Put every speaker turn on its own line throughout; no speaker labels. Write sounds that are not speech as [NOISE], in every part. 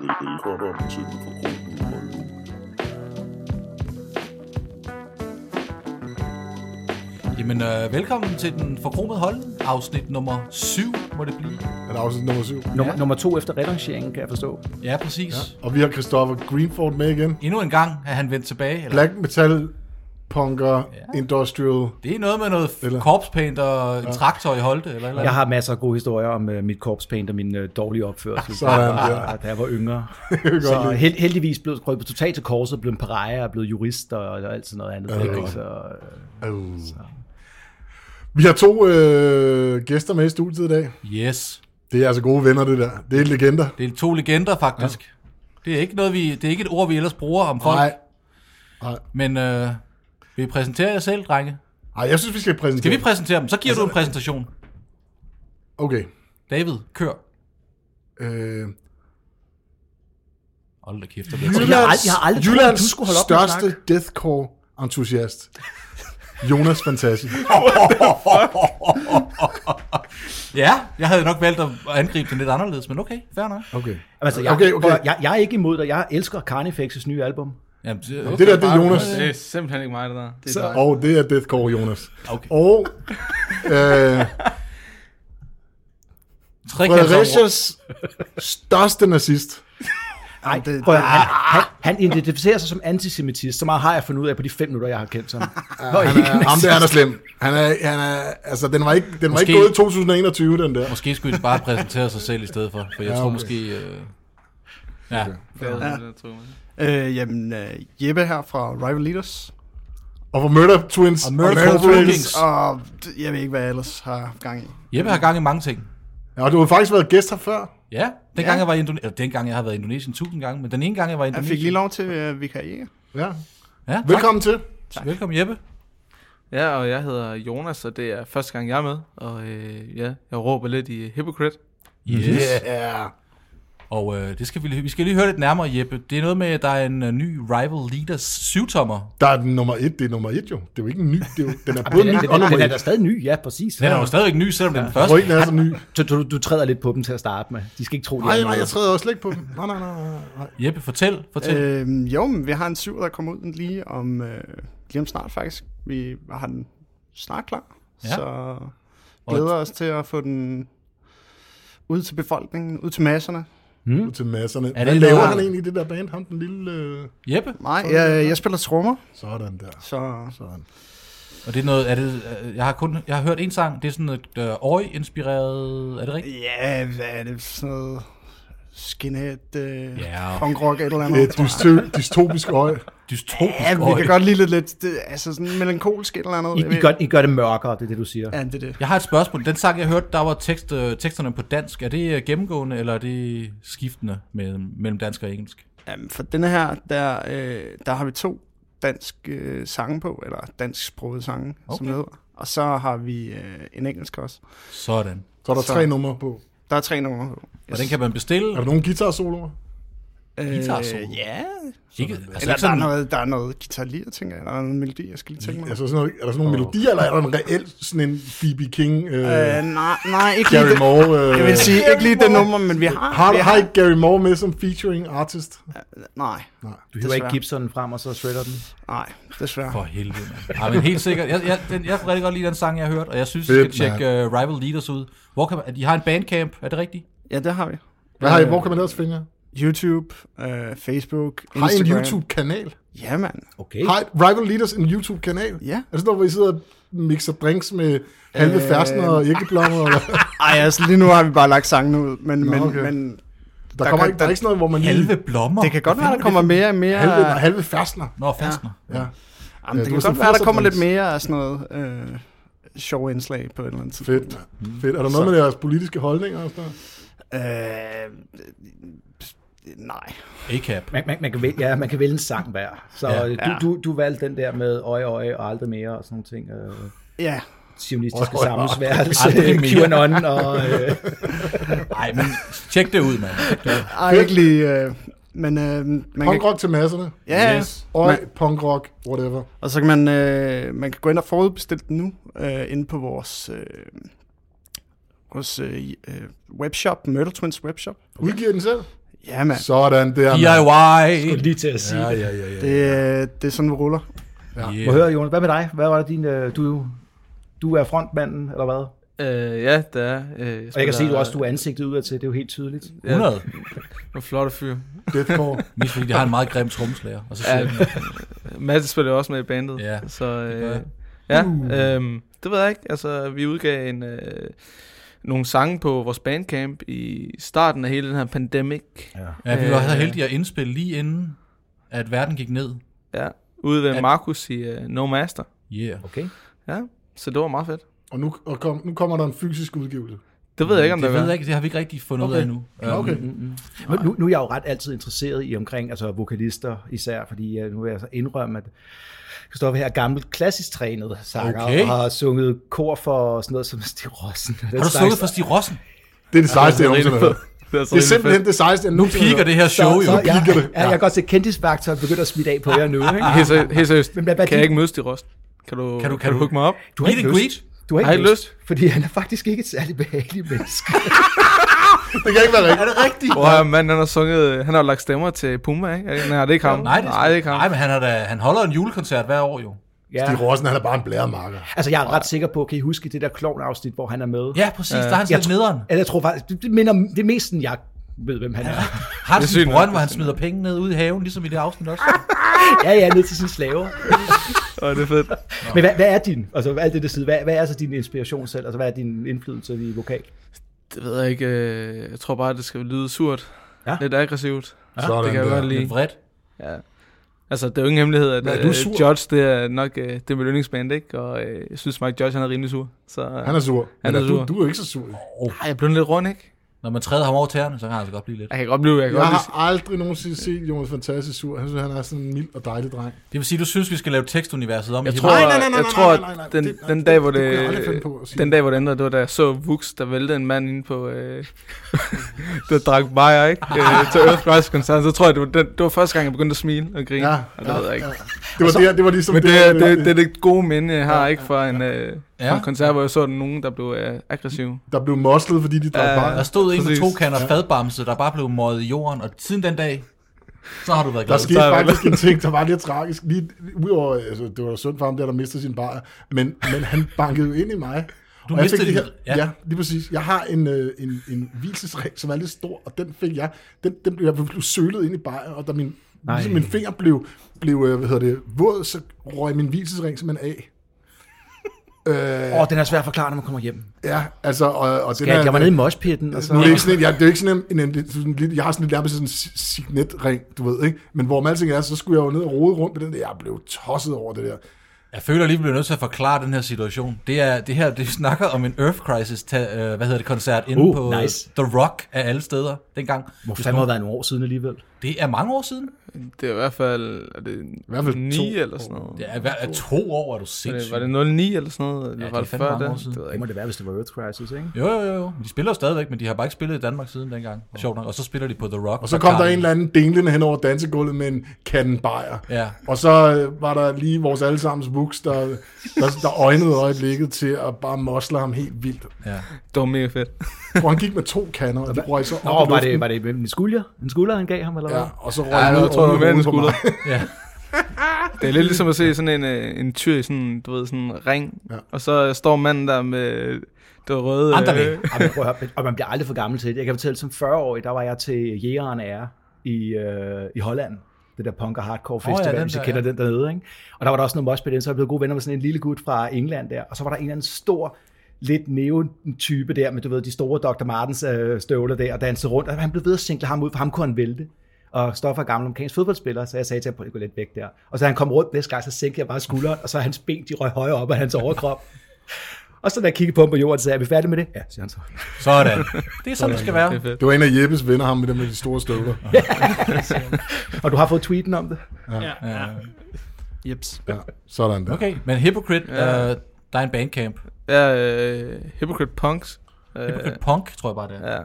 Velkommen til Mikrofonen og Lund.
Jamen, øh, velkommen til den forkromede hold, afsnit nummer 7 må det blive.
Er det afsnit nummer 7?
Nummer, ja. nummer to efter retanceringen, kan jeg forstå.
Ja, præcis. Ja.
Og vi har Christopher Greenford med igen.
Endnu en gang er han vendt tilbage. Eller?
Black Metal Punker ja. Industrial.
Det er noget med noget
Eller-
eller? korpspaint og en traktor i Holte. Eller, eller.
Jeg har masser af gode historier om uh, mit korpspaint og min uh, dårlige opførsel,
Sådan
da, jeg
der.
var- da jeg var
[LAUGHS]
yngre.
kan godt
så
lide.
held, heldigvis blev jeg prøvet totalt til korset, blev en pariah og blev jurist og, og alt sådan noget andet. Ja,
det er godt.
så, øh,
Oh. Vi har to øh, gæster med i studiet i dag.
Yes.
Det er altså gode venner, det der. Det er legender.
Det er to legender, faktisk. Ja. Det, er ikke noget, vi, det er ikke et ord, vi ellers bruger om folk.
Nej.
Nej. Men øh, vil I præsentere jer selv, drenge?
Ej, jeg synes, vi skal præsentere.
Skal vi præsentere dem? Så giver du en præsentation.
Okay.
David, kør.
Øh,
Hold da kæft, der bliver
jeg har aldrig- jeg har aldrig troet,
Jyllands
at du skulle holde op med at
største deathcore-entusiast. Jonas
[LAUGHS]
Fantasi.
Ja, jeg havde nok valgt at angribe den lidt anderledes, men okay, fair nok.
Okay.
altså, jeg,
Okay, okay.
prøv at- Jeg, jeg er ikke imod dig. Jeg elsker Carnifexes nye album.
Jamen, det,
Det der, det er Jonas.
Det er simpelthen ikke mig, det der. Det er dig.
Og det er deathcore, Jonas.
Okay.
Og øh, Fredericias største nazist.
Nej, prøv, at- han,
Ah!
han, han identificerer sig som antisemitist. Så meget har jeg fundet ud af på de fem minutter, jeg har
[LAUGHS]
kendt ham. Nå,
Han
ikke
er, ham der, han er slem. Han er, han er, altså, den var ikke, den var
Måske-
ikke gået i 2021, den der.
Måske skulle de bare præsentere sig selv i stedet for, for jeg
Ja,
tror
okay.
måske... Øh... Ja, okay.
Det er, det, der tror jeg.
Øh, jamen, øh, Jeppe her fra Rival Leaders.
Og for Murder Twins.
Og Murder
Incorporated.
Twins.
Og d- jeg ved ikke, hvad jeg ellers har haft gang i.
Jeppe har gang i mange ting.
Ja, og du har faktisk været gæst her før.
Ja, dengang ja. jeg var i Indonesien, eller dengang jeg har været i Indonesien tusind gange, men den ene gang jeg var i
Jeg
Indonesien...
fik lige lov til at vikariere.
Ja.
Ja, tak.
Velkommen til.
Velkommen Jeppe.
Ja, og jeg hedder Jonas, og det er første gang, jeg er med. Og øh, ja, jeg råber lidt i Hypocrite.
Yes.
Mm-hmm. Yeah.
Og øh, det skal vi, lige- vi skal lige høre lidt nærmere, Jeppe. Det er noget med, at der er en øh, ny Rival Leaders syvtommer.
Der er den nummer et, det er nummer et jo. Det er jo ikke en ny, det er jo, den er både
Den,
ny
er-
og
den, er-
nummer
den er
et.
da stadig ny, ja, præcis.
Den er jo stadigvæk ny, selvom det er den første.
Ryggen er så ny.
Så du, du træder lidt på dem til at starte med. De skal ikke tro, de
Nej,
er
nej,
noget.
jeg træder også slet ikke på dem. Nej, nej, nej, nej, nej.
Jeppe, fortæl. fortæl. Øh.
Øh, jo, men vi har en syv, der kommer ud lige om, øh, lige om snart faktisk. Vi har den snart klar.
Ja.
Ja. Så glæder os til at få den ud til befolkningen, ud til masserne.
Ud til masserne.
det
Hvad
en
laver
nummer-
han egentlig i det der band? Ham den lille... øh,
Jeppe,
Nej, jeg, jeg spiller trommer,
Sådan der.
så
Sådan.
og det er noget, er det, øh, jeg har kun, jeg har hørt en sang, det er sådan et øh, Ori-inspireret, er det rigtigt?
ja, hvad er det sådan noget skinhead, øh,
Ja.
yeah. punkrock et eller andet.
Et dystø- Øh, [LAUGHS] dystopisk øje.
Dystopisk
Ja, vi
Ori.
kan godt lide lidt, lidt det, altså sådan melankolsk et eller andet. Jeg
I, I,
ved-
gør, I gør det mørkere, det er det, du siger.
Ja, det er det.
Jeg har et spørgsmål. Den sang, jeg hørte, der var tekst, øh, teksterne på dansk. Er det øh, gennemgående, eller er det skiftende med, mellem dansk og engelsk?
Jamen, for denne her, der, øh, der har vi to dansk øh, sange på, eller dansk sprogede sange, okay. som det hedder. Og så har vi øh, en engelsk også.
Sådan.
Så er der
Så-
tre numre på.
Der er tre numre på.
Og den kan man bestille.
Er der nogen guitar-soloer?
guitarsolo?
Øh, Ja,
Ikke, altså
eller
ikke
der er,
sådan,
noget, der er noget guitarlir, tænker jeg. Der er noget melodi, jeg skal lige tænke mig.
Altså sådan noget, er der sådan nogle oh. melodier, eller er der en reel sådan en B.B. King, øh,
Øh, nej, nej, ikke lige
Gary
det.
Moore? Øh,
Jeg vil sige, ikke lige det nummer, men vi har...
Har,
vi
har ikke Gary Moore med som featuring artist?
Nej,
Du hiver ikke
desværre.
Gibson frem, og så shredder den.
nej, desværre.
For helvede, mand. Ja, men helt sikkert. Jeg, jeg, den, jeg kan rigtig godt lide den sang, jeg har hørt, og jeg synes, vi
Fedt,
skal tjekke uh, Rival Leaders ud. Hvor kan man, de har en bandcamp, er det rigtigt?
Ja, det har vi. Øh,
Hvad har I, hvor kan man ellers finde jer?
YouTube, øh, Facebook, Instagram.
Har I en YouTube-kanal?
Ja, mand.
Okay.
Har Rival Leaders en YouTube-kanal?
Ja.
Er det sådan noget, hvor I sidder og mixer drinks med halve øh... fersner og æggeblommer? Eller?
Ej, altså lige nu har vi bare lagt sangene ud, men, Nå, men,
okay.
okay. men
Der, kommer
kan-
ikke, der er ikke sådan noget, hvor man lige...
Halve blommer.
det kan godt være, der kommer mere og mere...
Halve, nej, halve fersner.
Nå, fastner.
Ja.
Jamen,
Ja,
det
du er
kan
sådan
godt være, der kommer lidt
forstås.
mere af sådan noget øh, sjove indslag på et eller andet tidspunkt.
Fedt, mand. Fedt. Er der noget med deres politiske holdninger? Og sådan noget?
Øh, nej.
Ja. A-cap.
Man, man, man, kan vælge, ja, man kan vælge en sang hver. Så
Ja.
ja, ja. Du, du, du valgte den der med øje, øje og aldrig mere og sådan nogle ting. Øh,
Ja,
sionistiske
Øje, øje,
sammensværelse,
aldrig mere.
[LAUGHS] QAnon og... Øh,
Nej, men tjek det ud, mand.
ej, ikke lige... Øh, Men øh, man kan...
Punkrock til masserne.
Ja,
Yes.
yes.
Øj,
Man-
punkrock, whatever.
og så kan man, øh, man kan gå ind og forudbestille den nu, øh, inde på vores, øh, vores øh, øh, webshop, Myrtle Twins webshop.
Udgiver den selv?
Ja, mand.
Sådan der. mand.
DIY!
Lige til at sige.
Ja,
Ja,
ja, ja, ja.
Det, øh, det er sådan, vi ruller.
Må jeg høre, Jonas, hvad med dig? Hvad var det din... øh, Du, du er frontmanden, eller hvad?
Øh, ja, det er. Øh,
Og jeg kan se, du også du er ansigtet udad til. Det er jo helt tydeligt.
100.
Nogle flotte fyr.
Deathcore.
Mest fordi, de har en meget grim tromslærer. Og så siger
Ja.
ja.
Mads spiller også med i bandet.
Ja,
så,
gør
øh,
jeg.
ja øhm, det ved jeg ikke. Altså, vi udgav en, øh, nogle sange på vores bandcamp i starten af hele den her pandemic.
ja, vi var så
Øh.
heldige at indspille lige inden, at verden gik ned.
Ja, ude ved
At-
Markus i øh, No Master.
Yeah.
Okay.
Ja, så det var meget fedt.
Og nu, og kom, nu kommer der en fysisk udgivelse.
Det ved jeg ikke, om det,
Mm, det
det
ved jeg
var.
ikke, det har vi ikke rigtig fundet ud af endnu. Øhm,
Ja, okay.
Nu, Mm-hmm. nu, nu er jeg jo ret altid interesseret i omkring altså vokalister især, fordi uh, nu vil jeg så indrømme, at Kristoffer her er gammel klassisk trænet sanger,
Okay.
okay. og har sunget kor for sådan noget som Stig Rossen.
Har du sunget for Stig Rossen?
Det er det sejeste, jeg nogensinde har hørt.
[LAUGHS] Det er,
Det er simpelthen det sejeste, jeg
Nu
nogensinde har
piker
hørt.
det her show jo.
så, ja,
Kigger det.
ja, jeg kan godt se, at kendisfaktoren begynder at smitte af på jer nu. Ikke?
Helt seriøst, helt seriøst.
Men hvad- hvad
kan
er
jeg
din-
ikke mødes i Rost? Kan du,
Kan
Ah, kan
du-
du,
kan
kan du
du-
hugge mig op?
Du har
Meet
ikke
and
lyst, du har ikke,
Har I
lyst,
lyst?
fordi han er faktisk ikke et særlig behageligt menneske.
Det kan ikke være rigtigt. Er det rigtigt?
Hvor er manden, han har sunget, han har lagt stemmer til Puma, ikke? Nej, det er ikke ham.
Nej, det er,
Nej, det er ikke ham.
Nej, men han, har da, han holder en julekoncert hver år jo.
ja.
De Rossen, han er bare en blæremarker.
Altså, jeg er ret sikker på, kan I huske det der klovn-afsnit, hvor han er med?
Ja, præcis, der er han
Øh,
jeg
slet nederen.
Eller jeg tror faktisk, det, det minder det er mest, end jeg ved, hvem han er.
Det er
Hansen
sygt nok,
Brønd, hvor
det
han smider penge ned ud i haven, ligesom i det afsnit også.
Ja, ja, ned til sin slaver.
Åh, det er fedt.
Men hvad, hvad er din, altså alt det der side, hvad, hvad er så din inspiration selv, altså hvad er din indflydelse i vokal?
Det ved jeg ikke. øh, Jeg tror bare, det skal lyde surt.
Ja.
Ja. Lidt aggressivt.
Sådan
det kan jeg
der.
godt
Lidt
lide.
vredt.
Ja. Altså, det er jo ingen hemmelighed, at
Hvad, er du
øh,
sur?
Judge, det er nok øh, det er mit yndlingsband, ikke? Og øh, jeg synes, Mike Judge, han er rimelig sur. Så øh,
Han er sur.
Han
Men
er sur.
Du, du er jo ikke så sur.
ej, jeg blev lidt rund, ikke?
Når man træder ham over tæerne, så kan han altså godt blive lidt.
Jeg kan godt blive, jeg kan
Jeg
godt
har
blive...
aldrig nogensinde set Jonas Fantastisk sur. Han synes, han er sådan en mild og dejlig dreng.
Det vil sige, du synes, vi skal lave tekstuniverset om
Jeg
i
tror,
hip-hop?
nej, nej, nej,
jeg
nej,
tror,
nej, nej,
at den,
det- nej,
den
det-
dag, hvor
det
det,
kunne jeg aldrig finde på at sige.
den dag, hvor det ændrede, det var da jeg så Vux, der væltede en mand inde på, øh, [LAUGHS] der drak
[LAUGHS]
bajer, ikke? Øh, til Earth Rise koncert, så tror jeg, det var, den, det var første gang, jeg begyndte at smile og grine.
Ja,
Ja, og det ved jeg ikke.
Det var, der, det var ligesom
Men det, er- det, det, det er det gode minde, jeg har, ikke? Fra en, øh,
Ja.
fra en koncert, hvor jeg så nogen, der blev øh, aggressiv.
der blev moslet, fordi de drak
Ja,
bare.
Der stod en med
Præcis.
to kander fadbamse, der bare blev møget i jorden, og siden den dag, så har du været
Der
glad.
skete
der er-
faktisk en ting, der var lidt tragisk. Lige, udover, altså, det var da synd for ham der, der mistede sin bajer, men, men han bankede jo ind i mig.
Du
Og jeg
mistede
fik
din-
det her,
ja.
ja. ja. lige præcis. Jeg har en, øh, en, en hvilesesring, som er lidt stor, og den fik jeg, den, den blev, jeg blev sølet ind i bajer, og da min, ligesom min finger blev, blev øh, hvad hedder det, våd, så røg min hvilesesring simpelthen af.
Åh, oh, den er svær at forklare, når man kommer hjem.
Ja, altså, og, og den
Ja, jeg var nede i
den-
moshpitten, og så...
nu er det ikke sådan en, jeg, det er jo ikke sådan en, en, en, sådan en lille, jeg har sådan en nærmest sådan en si- signetring, du ved, ikke? Men hvor alting er, så skulle jeg jo ned og rode rundt med den der. Jeg blev tosset over det der.
Jeg føler lige, vi bliver nødt til at forklare den her situation. Det er det her, det snakker om en Earth Crisis, ta, øh, hvad hedder det, koncert inde
Uh,
på øh,
nice.
The Rock af alle steder dengang.
Hvor
Hvis
fanden må
nogen-
det være nogle år siden alligevel?
Det er mange år siden.
Det er i hvert fald, er det I
hvert fald
9
to
eller sådan noget?
Det er, hver, er to år, er du
Var det,
sindssyg.
var det 09 eller sådan noget? Eller
det
var
er
det
fandme
før
mange år
det?
siden.
Det ved jeg
Det må
ikke.
det være, hvis det var Earth Crisis, ikke?
Jo, jo, jo, jo. De spiller jo stadigvæk, men de har bare ikke spillet i Danmark siden dengang. Sjovt nok. Og så spiller de på The Rock.
Og så kom der en eller anden dinglende hen over dansegulvet med en kanden bajer.
Ja.
Og så øh, var der lige vores allesammens vuks, der, der, der øjnede øjeblikket til at bare mosle ham helt vildt.
Ja.
Det var mega fedt.
Og han gik med to kander, og de røg så op
Nå,
i
var
luften.
det, var det en skulder? En skulder, han gav ham, eller hvad?
Ja, og så røg
Ja,
han
jeg
ned
tror, det var
oven i
mere end en
hovedet på mig.
skulder.
ja.
Det er lidt ligesom at se sådan en, øh, en tyr i sådan, du ved, sådan en ring,
Ja.
ja. og så står manden der med det røde... øh,
Anderlecht.
Ej, men prøv at høre, men- og man bliver aldrig for gammel til det. Jeg kan fortælle, som 40-årig, der var jeg til Jægeren Ære i, øh, i Holland. Det der punk og hardcore
ja,
festival, oh, ja,
den
hvis I
der,
kender
ja.
den dernede. Ikke? Og der var der også noget mosh pit, så jeg blev gode venner med sådan en lille gut fra England der. Og så var der en eller anden stor lidt neo-type der, med du ved, de store Dr. Martens øh, støvler der, og dansede rundt, og han blev ved at single ham ud, for ham kunne han vælte. Og Stoffer er gammel amerikansk fodboldspiller, så jeg sagde til ham, prøv at gå lidt væk der. Og så da han kom rundt næste gang, så sænkede jeg bare skulderen, og så hans ben, de røg højere op af hans overkrop. og så da jeg kiggede på ham på jorden, så sagde jeg, er vi færdige med det? Ja, siger han så.
Sådan. Det er sådan, det skal være.
Det er fedt.
Det var en af Jeppes venner, ham med dem med de store støvler.
Og du har fået tweeten om det?
Jeps.
Ja, sådan der.
Okay, men Hypocrite, øh, der er en bandcamp.
Ja, øh, Hypocrite Punks. Øh,
Hypocrite Punk, tror jeg bare, det er.
ja.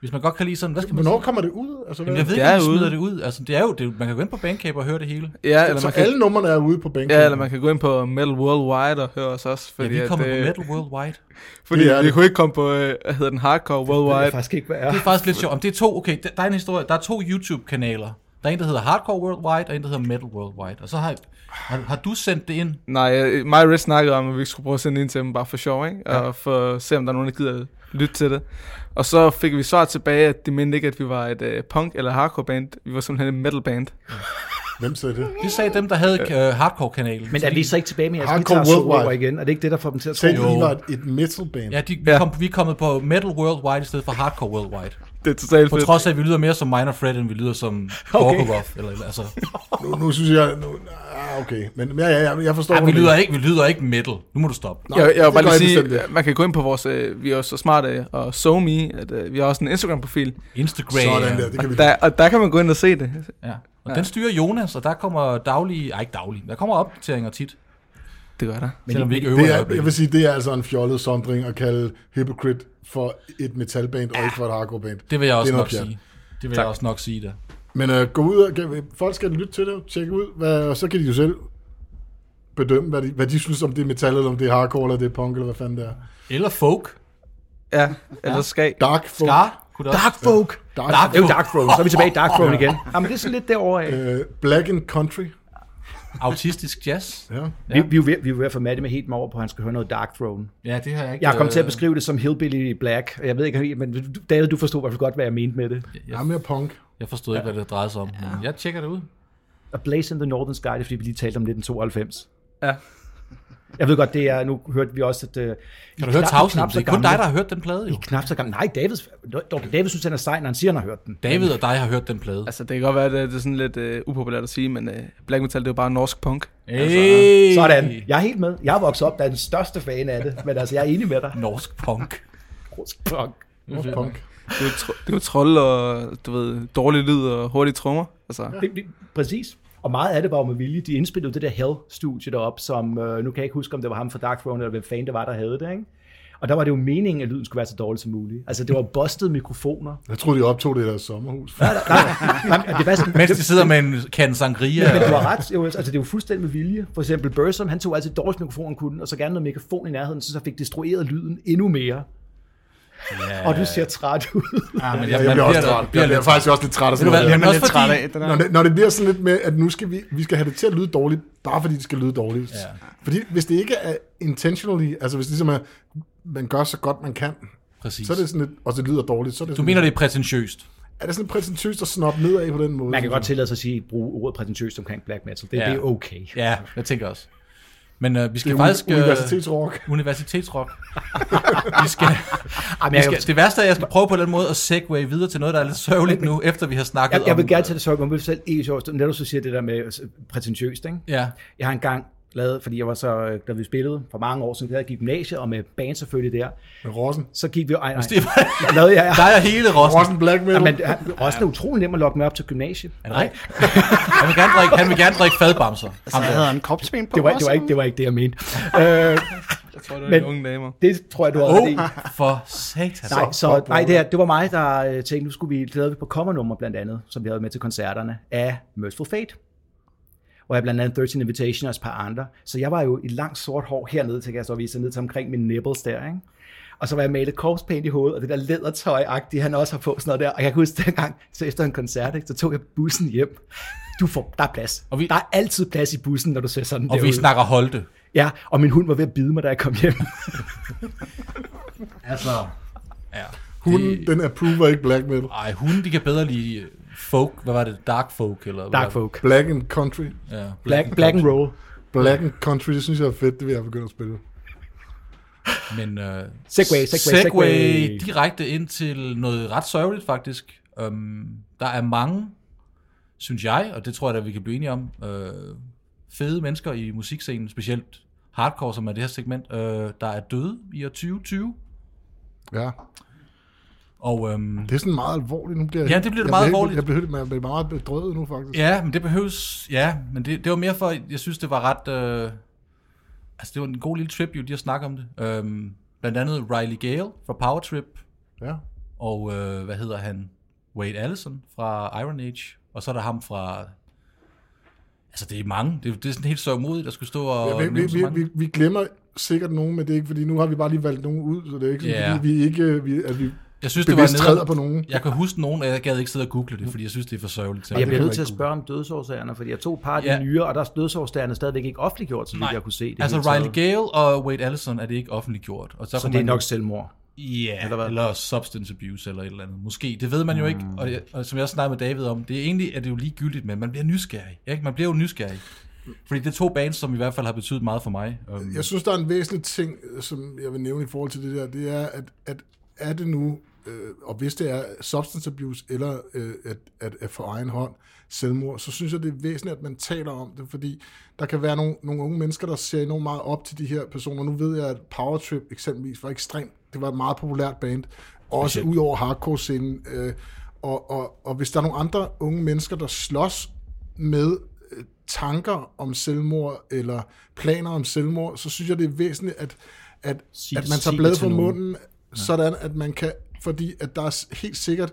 Hvis man godt kan lide sådan, hvad skal man
Hvornår
sige?
kommer det ud? Altså, hvad?
Jamen, jeg ved
Det
ikke,
er
om de smider
ude.
det ud. Altså, det er jo, det, er jo- man kan gå ind på Bandcamp og høre det hele.
Ja, eller
så
man kan,
alle numrene er ude på bænken.
ja, eller man kan gå ind på Metal Worldwide og høre os også.
Ja,
Fordi,
vi kommer
at,
på
øh,
Metal Worldwide.
Fordi
Det er
vi
det.
kunne ikke komme på, øh, hvad hedder den, Hardcore
Det er
Worldwide.
faktisk ikke, hvad jeg er.
Det er faktisk lidt sjovt. Om det er to, okay, der, der er en historie. Der er to YouTube-kanaler. Der er en, der hedder Hardcore Worldwide, og en, der hedder Metal Worldwide. Og så har, har, har du sendt det ind.
Nej, øh, mig og Riz snakkede om, at vi skulle prøve at sende ind til dem bare for sjov, ikke? Og for at se, om der er nogen, der gider lytte til det. Og så fik vi svar tilbage, at de mente ikke, at vi var et øh, punk- eller hardcore-band. Vi var simpelthen et metal-band.
Hvem sagde det?
Det sagde dem, der havde øh, Hardcore-kanalen.
Men er vi så ikke tilbage med jeres
Hardcore
guitar soloer
Worldwide.
igen? Er det ikke det, der får dem til at tro?
Tænk,
Jo.
I var et, et metal band.
Ja, de, vi,
Ja.
kom, vi er kommet på Metal Worldwide i stedet for Hardcore Worldwide.
Det er totalt
På
fedt.
trods af, at vi lyder mere som Minor Fred, end vi lyder som Gorgoroth. Okay. Eller, altså,
Nu, nu synes jeg... Nu, ah, okay, men ja, ja, ja, jeg forstår...
Ej,
hvad
vi,
du
lyder
mener.
ikke, vi lyder ikke metal. Nu må du stoppe.
Nå,
Jeg, jeg vil
det
bare
gør
lige
bestemt
sige,
ikke.
at man kan gå ind på vores, øh, vi er jo så smarte, og SoMe, at øh, vi har også en Instagram-profil.
Instagram.
Sådan der, det kan vi
Der, og der kan man gå ind og se det.
Ja. Og den styrer Jonas, og der kommer daglige... Ej, ikke daglige. Der kommer opdateringer tit.
Det gør der.
Men selvom vi ikke øver i
det er,
øjeblikket.
jeg vil sige, det er altså en fjollet sondring at kalde Hypocrite for et metalband og ikke for et hardcoreband.
Det vil jeg også
Det er
nok
noget pjat.
sige. Det vil jeg også nok sige der.
Men øh, gå ud og... Folk skal lytte til det, tjekke ud, hvad, og så kan de jo selv bedømme, hvad de, hvad de synes om det er metal, eller om det er hardcore, eller det er punk, eller hvad fanden det er.
Eller folk.
Ja, ellers skal.
Dark folk.
Gar. Kunne det også-
Dark Folk!
Dark,
Dark
Det er jo Dark Throne, så er vi tilbage i Dark Throne igen. Jamen, det er sådan lidt derovre af.
Øh, Black and Country.
Autistisk jazz.
Ja.
Vi, vi, er jo ved, vi er jo ved at få Maddie med helt med over på, at han skal høre noget Dark Throne.
Ja, det har jeg ikke...
Jeg er kommet til at
øh,
beskrive det som Hillbilly Black. Jeg ved ikke, helt, men du- David, du forstod i hvert fald godt, hvad jeg mente med det.
Jeg er mere punk.
Jeg forstod ikke, hvad det drejede sig om. Men jeg tjekker det ud.
A Blaze in the Northern Sky, det er fordi, vi lige talte om 1992.
Ja.
Jeg ved godt, det er, nu hørte vi også, at... Uh,
Kan du høre Tavsen? Det er kun dig, der har hørt den plade, jo.
Knap så gammel. Nej, David, dog, David synes, han er sej, når han siger, han har hørt den.
David og dig har hørt den plade.
Altså, det kan godt være, at det det er sådan lidt øh, upopulært at sige, men øh, black metal, det er jo bare norsk punk.
Hey.
Sådan. Jeg er helt med. Jeg er vokset op, der er den største fan af det. Men altså, jeg er enig med dig.
Norsk punk.
Fuck.
Norsk punk.
Det er jo, tro- det er jo trold og, du ved, dårlig lyd og hurtige trommer. Altså, ja.
Det, det, præcis. Og meget af det var jo med vilje. De indspillede det der Hell-studie derop, som, øh, nu kan jeg ikke huske, om det var ham fra Dark Throne, eller hvem fanden det var, der havde det, ikke? Og der var det jo meningen, at lyden skulle være så dårlig som muligt. Altså, det var busted mikrofoner.
Jeg troede, de optog det i deres
[LAUGHS]
sommerhus.
Nej, men det var sådan,
[LAUGHS] Mens de sidder med en kan sangria.
Men du
og-
har ret, jo, altså det er jo fuldstændig med vilje. For eksempel Bursum, han tog altid dårligst mikrofonen kunne, og så gerne noget mikrofon i nærheden, så han fik destrueret lyden endnu mere. Ja. Og du ser træt ud.
Ja, men
jeg,
man
jeg bliver også
da-
træt. Jeg bliver
lidt-
faktisk også lidt træt af
Ved du
sådan
hvad,
noget.
men
man
også
lidt træt af
fordi...
det
Når
der.
det, når det bliver sådan lidt med, at nu skal vi, vi skal have det til at lyde dårligt, bare fordi det skal lyde dårligt. Ja. Fordi hvis det ikke er intentionally, altså hvis det ligesom er, man gør så godt man kan,
Præcis.
så er det sådan lidt, og det lyder dårligt, så er det
Du
sådan,
mener, det er prætentiøst?
er det sådan prætentiøst at snoppe nedad på den måde?
Man kan godt tillade sig at sige, bruge ordet prætentiøst omkring black metal. Det,
Ja.
ja. det er okay.
Ja, jeg tænker også. Men øh, vi
det
skal
er
faktisk...
faktisk,
øh,
universitetsrock.
Universitetsrock. [LAUGHS] vi skal,
Ej, men
vi
jeg,
skal, det værste er, at jeg skal prøve på den måde at segue videre til noget, der er lidt sørgeligt nu, efter vi har snakket
jeg, jeg vil
om...
gerne tage det så om, selv ikke sjovt, netop så siger det der med altså, prætentiøst, ikke?
Ja,
Jeg har engang lavet, fordi jeg var så, øh, da vi spillede for mange år siden, der gik i gymnasiet, og med band selvfølgelig der,
Med Rossen.
så gik vi jo... Ej, nej,
det var
jeg [LAUGHS] lavede,
[LAUGHS]
jeg,
dig og hele Rossen.
Rossen Black Metal.
Jamen, Rossen er utrolig nem at lokke mig op til gymnasiet.
Er det rigtigt? Han vil gerne drikke, han vil gerne drikke fadbamser.
Altså,
Så
Ham der.
Altså, havde han kropsben på
Det var, det
også.
var, ikke, det var ikke det, jeg mente. øh,
jeg tror, det var
Men-
de unge damer.
det tror jeg, du har
Åh, ah.
ret i.
for satan.
Nej,
Så
så,
fuck,
nej det, her, det var mig, der øh, tænkte, nu skulle vi lave på kommernummer blandt andet, som vi havde med til koncerterne, af Merciful Fate. Og jeg blandt andet 13 Invitation og et par andre. Så jeg var jo i langt sort hår hernede, til jeg så vise ned til omkring mine nipples der, ikke? Og så var jeg malet korpspaint i hovedet, og det der lædertøj-agtige, han også har på, sådan noget der. Og jeg kan huske dengang, så efter en koncert, ikke, så tog jeg bussen hjem. Du får, der er plads.
Og
Og
vi-
vi, der er altid plads i bussen, når du ser sådan
Og vi
derude.
snakker Holte.
Ja, og min hund var ved at bide mig, da jeg kom hjem.
Altså... Ja.
Hunden,
Det-
den approver ikke Black Metal.
Ej, hunde, de kan bedre lide øh, folk. Hvad var det? Dark folk? Eller hvad var
Dark
det?
folk.
Black and Country.
Ja,
Black, black and roll.
Black and Country, det synes jeg er fedt, det vil jeg begynde at spille.
Men øh,
Segway, segway, segway.
direkte ind til noget ret sørgeligt faktisk. Um, der er mange, synes jeg, og det tror jeg da, vi kan blive enige om, øh, fede mennesker i musikscenen, specielt hardcore, som er det her segment, øh, der er døde i år 2020.
Ja.
Og øhm,
Det er sådan meget alvorligt. Nu bliver jeg
Ja,
helt-
det bliver
jeg
meget
helt-
alvorligt.
Jeg bliver, helt- jeg bliver meget bedrøvet nu, faktisk.
ja, men det behøves, ja, men det, det var mere for, jeg synes, det var ret, øh, altså det var en god lille tribute lige at snakke om det. Øhm, blandt andet Riley Gale fra Power Trip,
Ja.
og øh, hvad hedder han? Wade Allison fra Iron Age, og så er der ham fra... Altså, det er mange. Det er, det er sådan helt sørgmodigt at skulle stå og...
Ja, vi,
nævne så
vi,
mange.
vi, vi, vi glemmer sikkert nogen, men det er ikke, fordi nu har vi bare lige valgt nogen ud, så det er ikke sådan,
Ja.
yeah. fordi vi ikke vi, at vi
jeg synes, det var
bevidst træder
nederen.
på nogen.
Jeg kan huske nogen, og jeg gad ikke sidde og google det, fordi jeg synes, det er for sørgeligt. til.
Jeg bliver
kan
nødt
man
til at
ikke
spørge om dødsårsagerne, fordi jeg tog et par af de
Ja.
nyere, og der er dødsårsagerne stadigvæk ikke offentliggjort, så vidt
Nej.
jeg kunne se det.
altså,
hele taget.
Riley Gale og Wade Allison er det ikke offentliggjort. Og så,
Så
kunne
det er
man-
nok selvmord.
Ja,
Eller
eller,
hvad?
eller substance abuse eller et eller andet. Måske, det ved man jo ikke. Og, jeg, og som jeg også snakkede med David om, det er egentlig er det jo ligegyldigt, men man bliver nysgerrig. Ikke? Man bliver jo nysgerrig. Fordi det er to bands, som i hvert fald har betydet meget for mig. Um,
Jeg synes, der er en væsentlig ting, som jeg vil nævne i forhold til det der, det er, at, at er det nu, øh, og hvis det er substance abuse, eller øh, at, at, at for egen hånd selvmord, så synes jeg, det er væsentligt, at man taler om det, fordi der kan være nogle, nogle unge mennesker, der ser enormt meget op til de her personer. Nu ved jeg, at Powertrip eksempelvis var ekstremt, det var et meget populært band, også ud over hardcore-scenen, øh, og, og, og hvis der er nogle andre unge mennesker, der slås med øh, tanker om selvmord eller planer om selvmord, så synes jeg, det er væsentligt, at, at,
Sig
at
det-
man
sig
tager
det
bladet
til
fra
nogen.
munden, sådan at man kan, fordi at der er s- helt sikkert,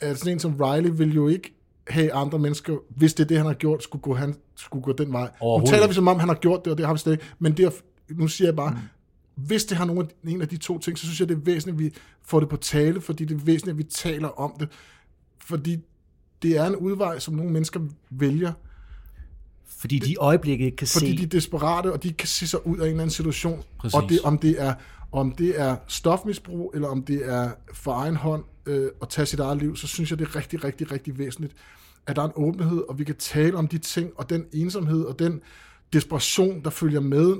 at sådan en som Riley vil jo ikke have andre mennesker, hvis det er det, han har gjort, skulle gå, han, skulle gå den vej. Nu
Overhovedet
taler vi
ikke.
som om, han har gjort det, og det har vi slet ikke, men det er, nu siger jeg bare, mm. hvis det har nogle, af- en af de to ting, så synes jeg, det er væsentligt, at vi får det på tale, fordi det er væsentligt, at vi taler om det, fordi det er en udvej, som nogle mennesker vælger,
Fordi de i øjeblikket ikke kan
fordi
se...
de er desperate, og de ikke kan se sig ud af en eller anden situation.
Præcis.
Og det, om, det er, om det er stofmisbrug, eller om det er for egen hånd øh, at tage sit eget liv, så synes jeg, det er rigtig, rigtig, rigtig væsentligt, at der er en åbenhed, og vi kan tale om de ting, og den ensomhed, og den desperation, der følger med,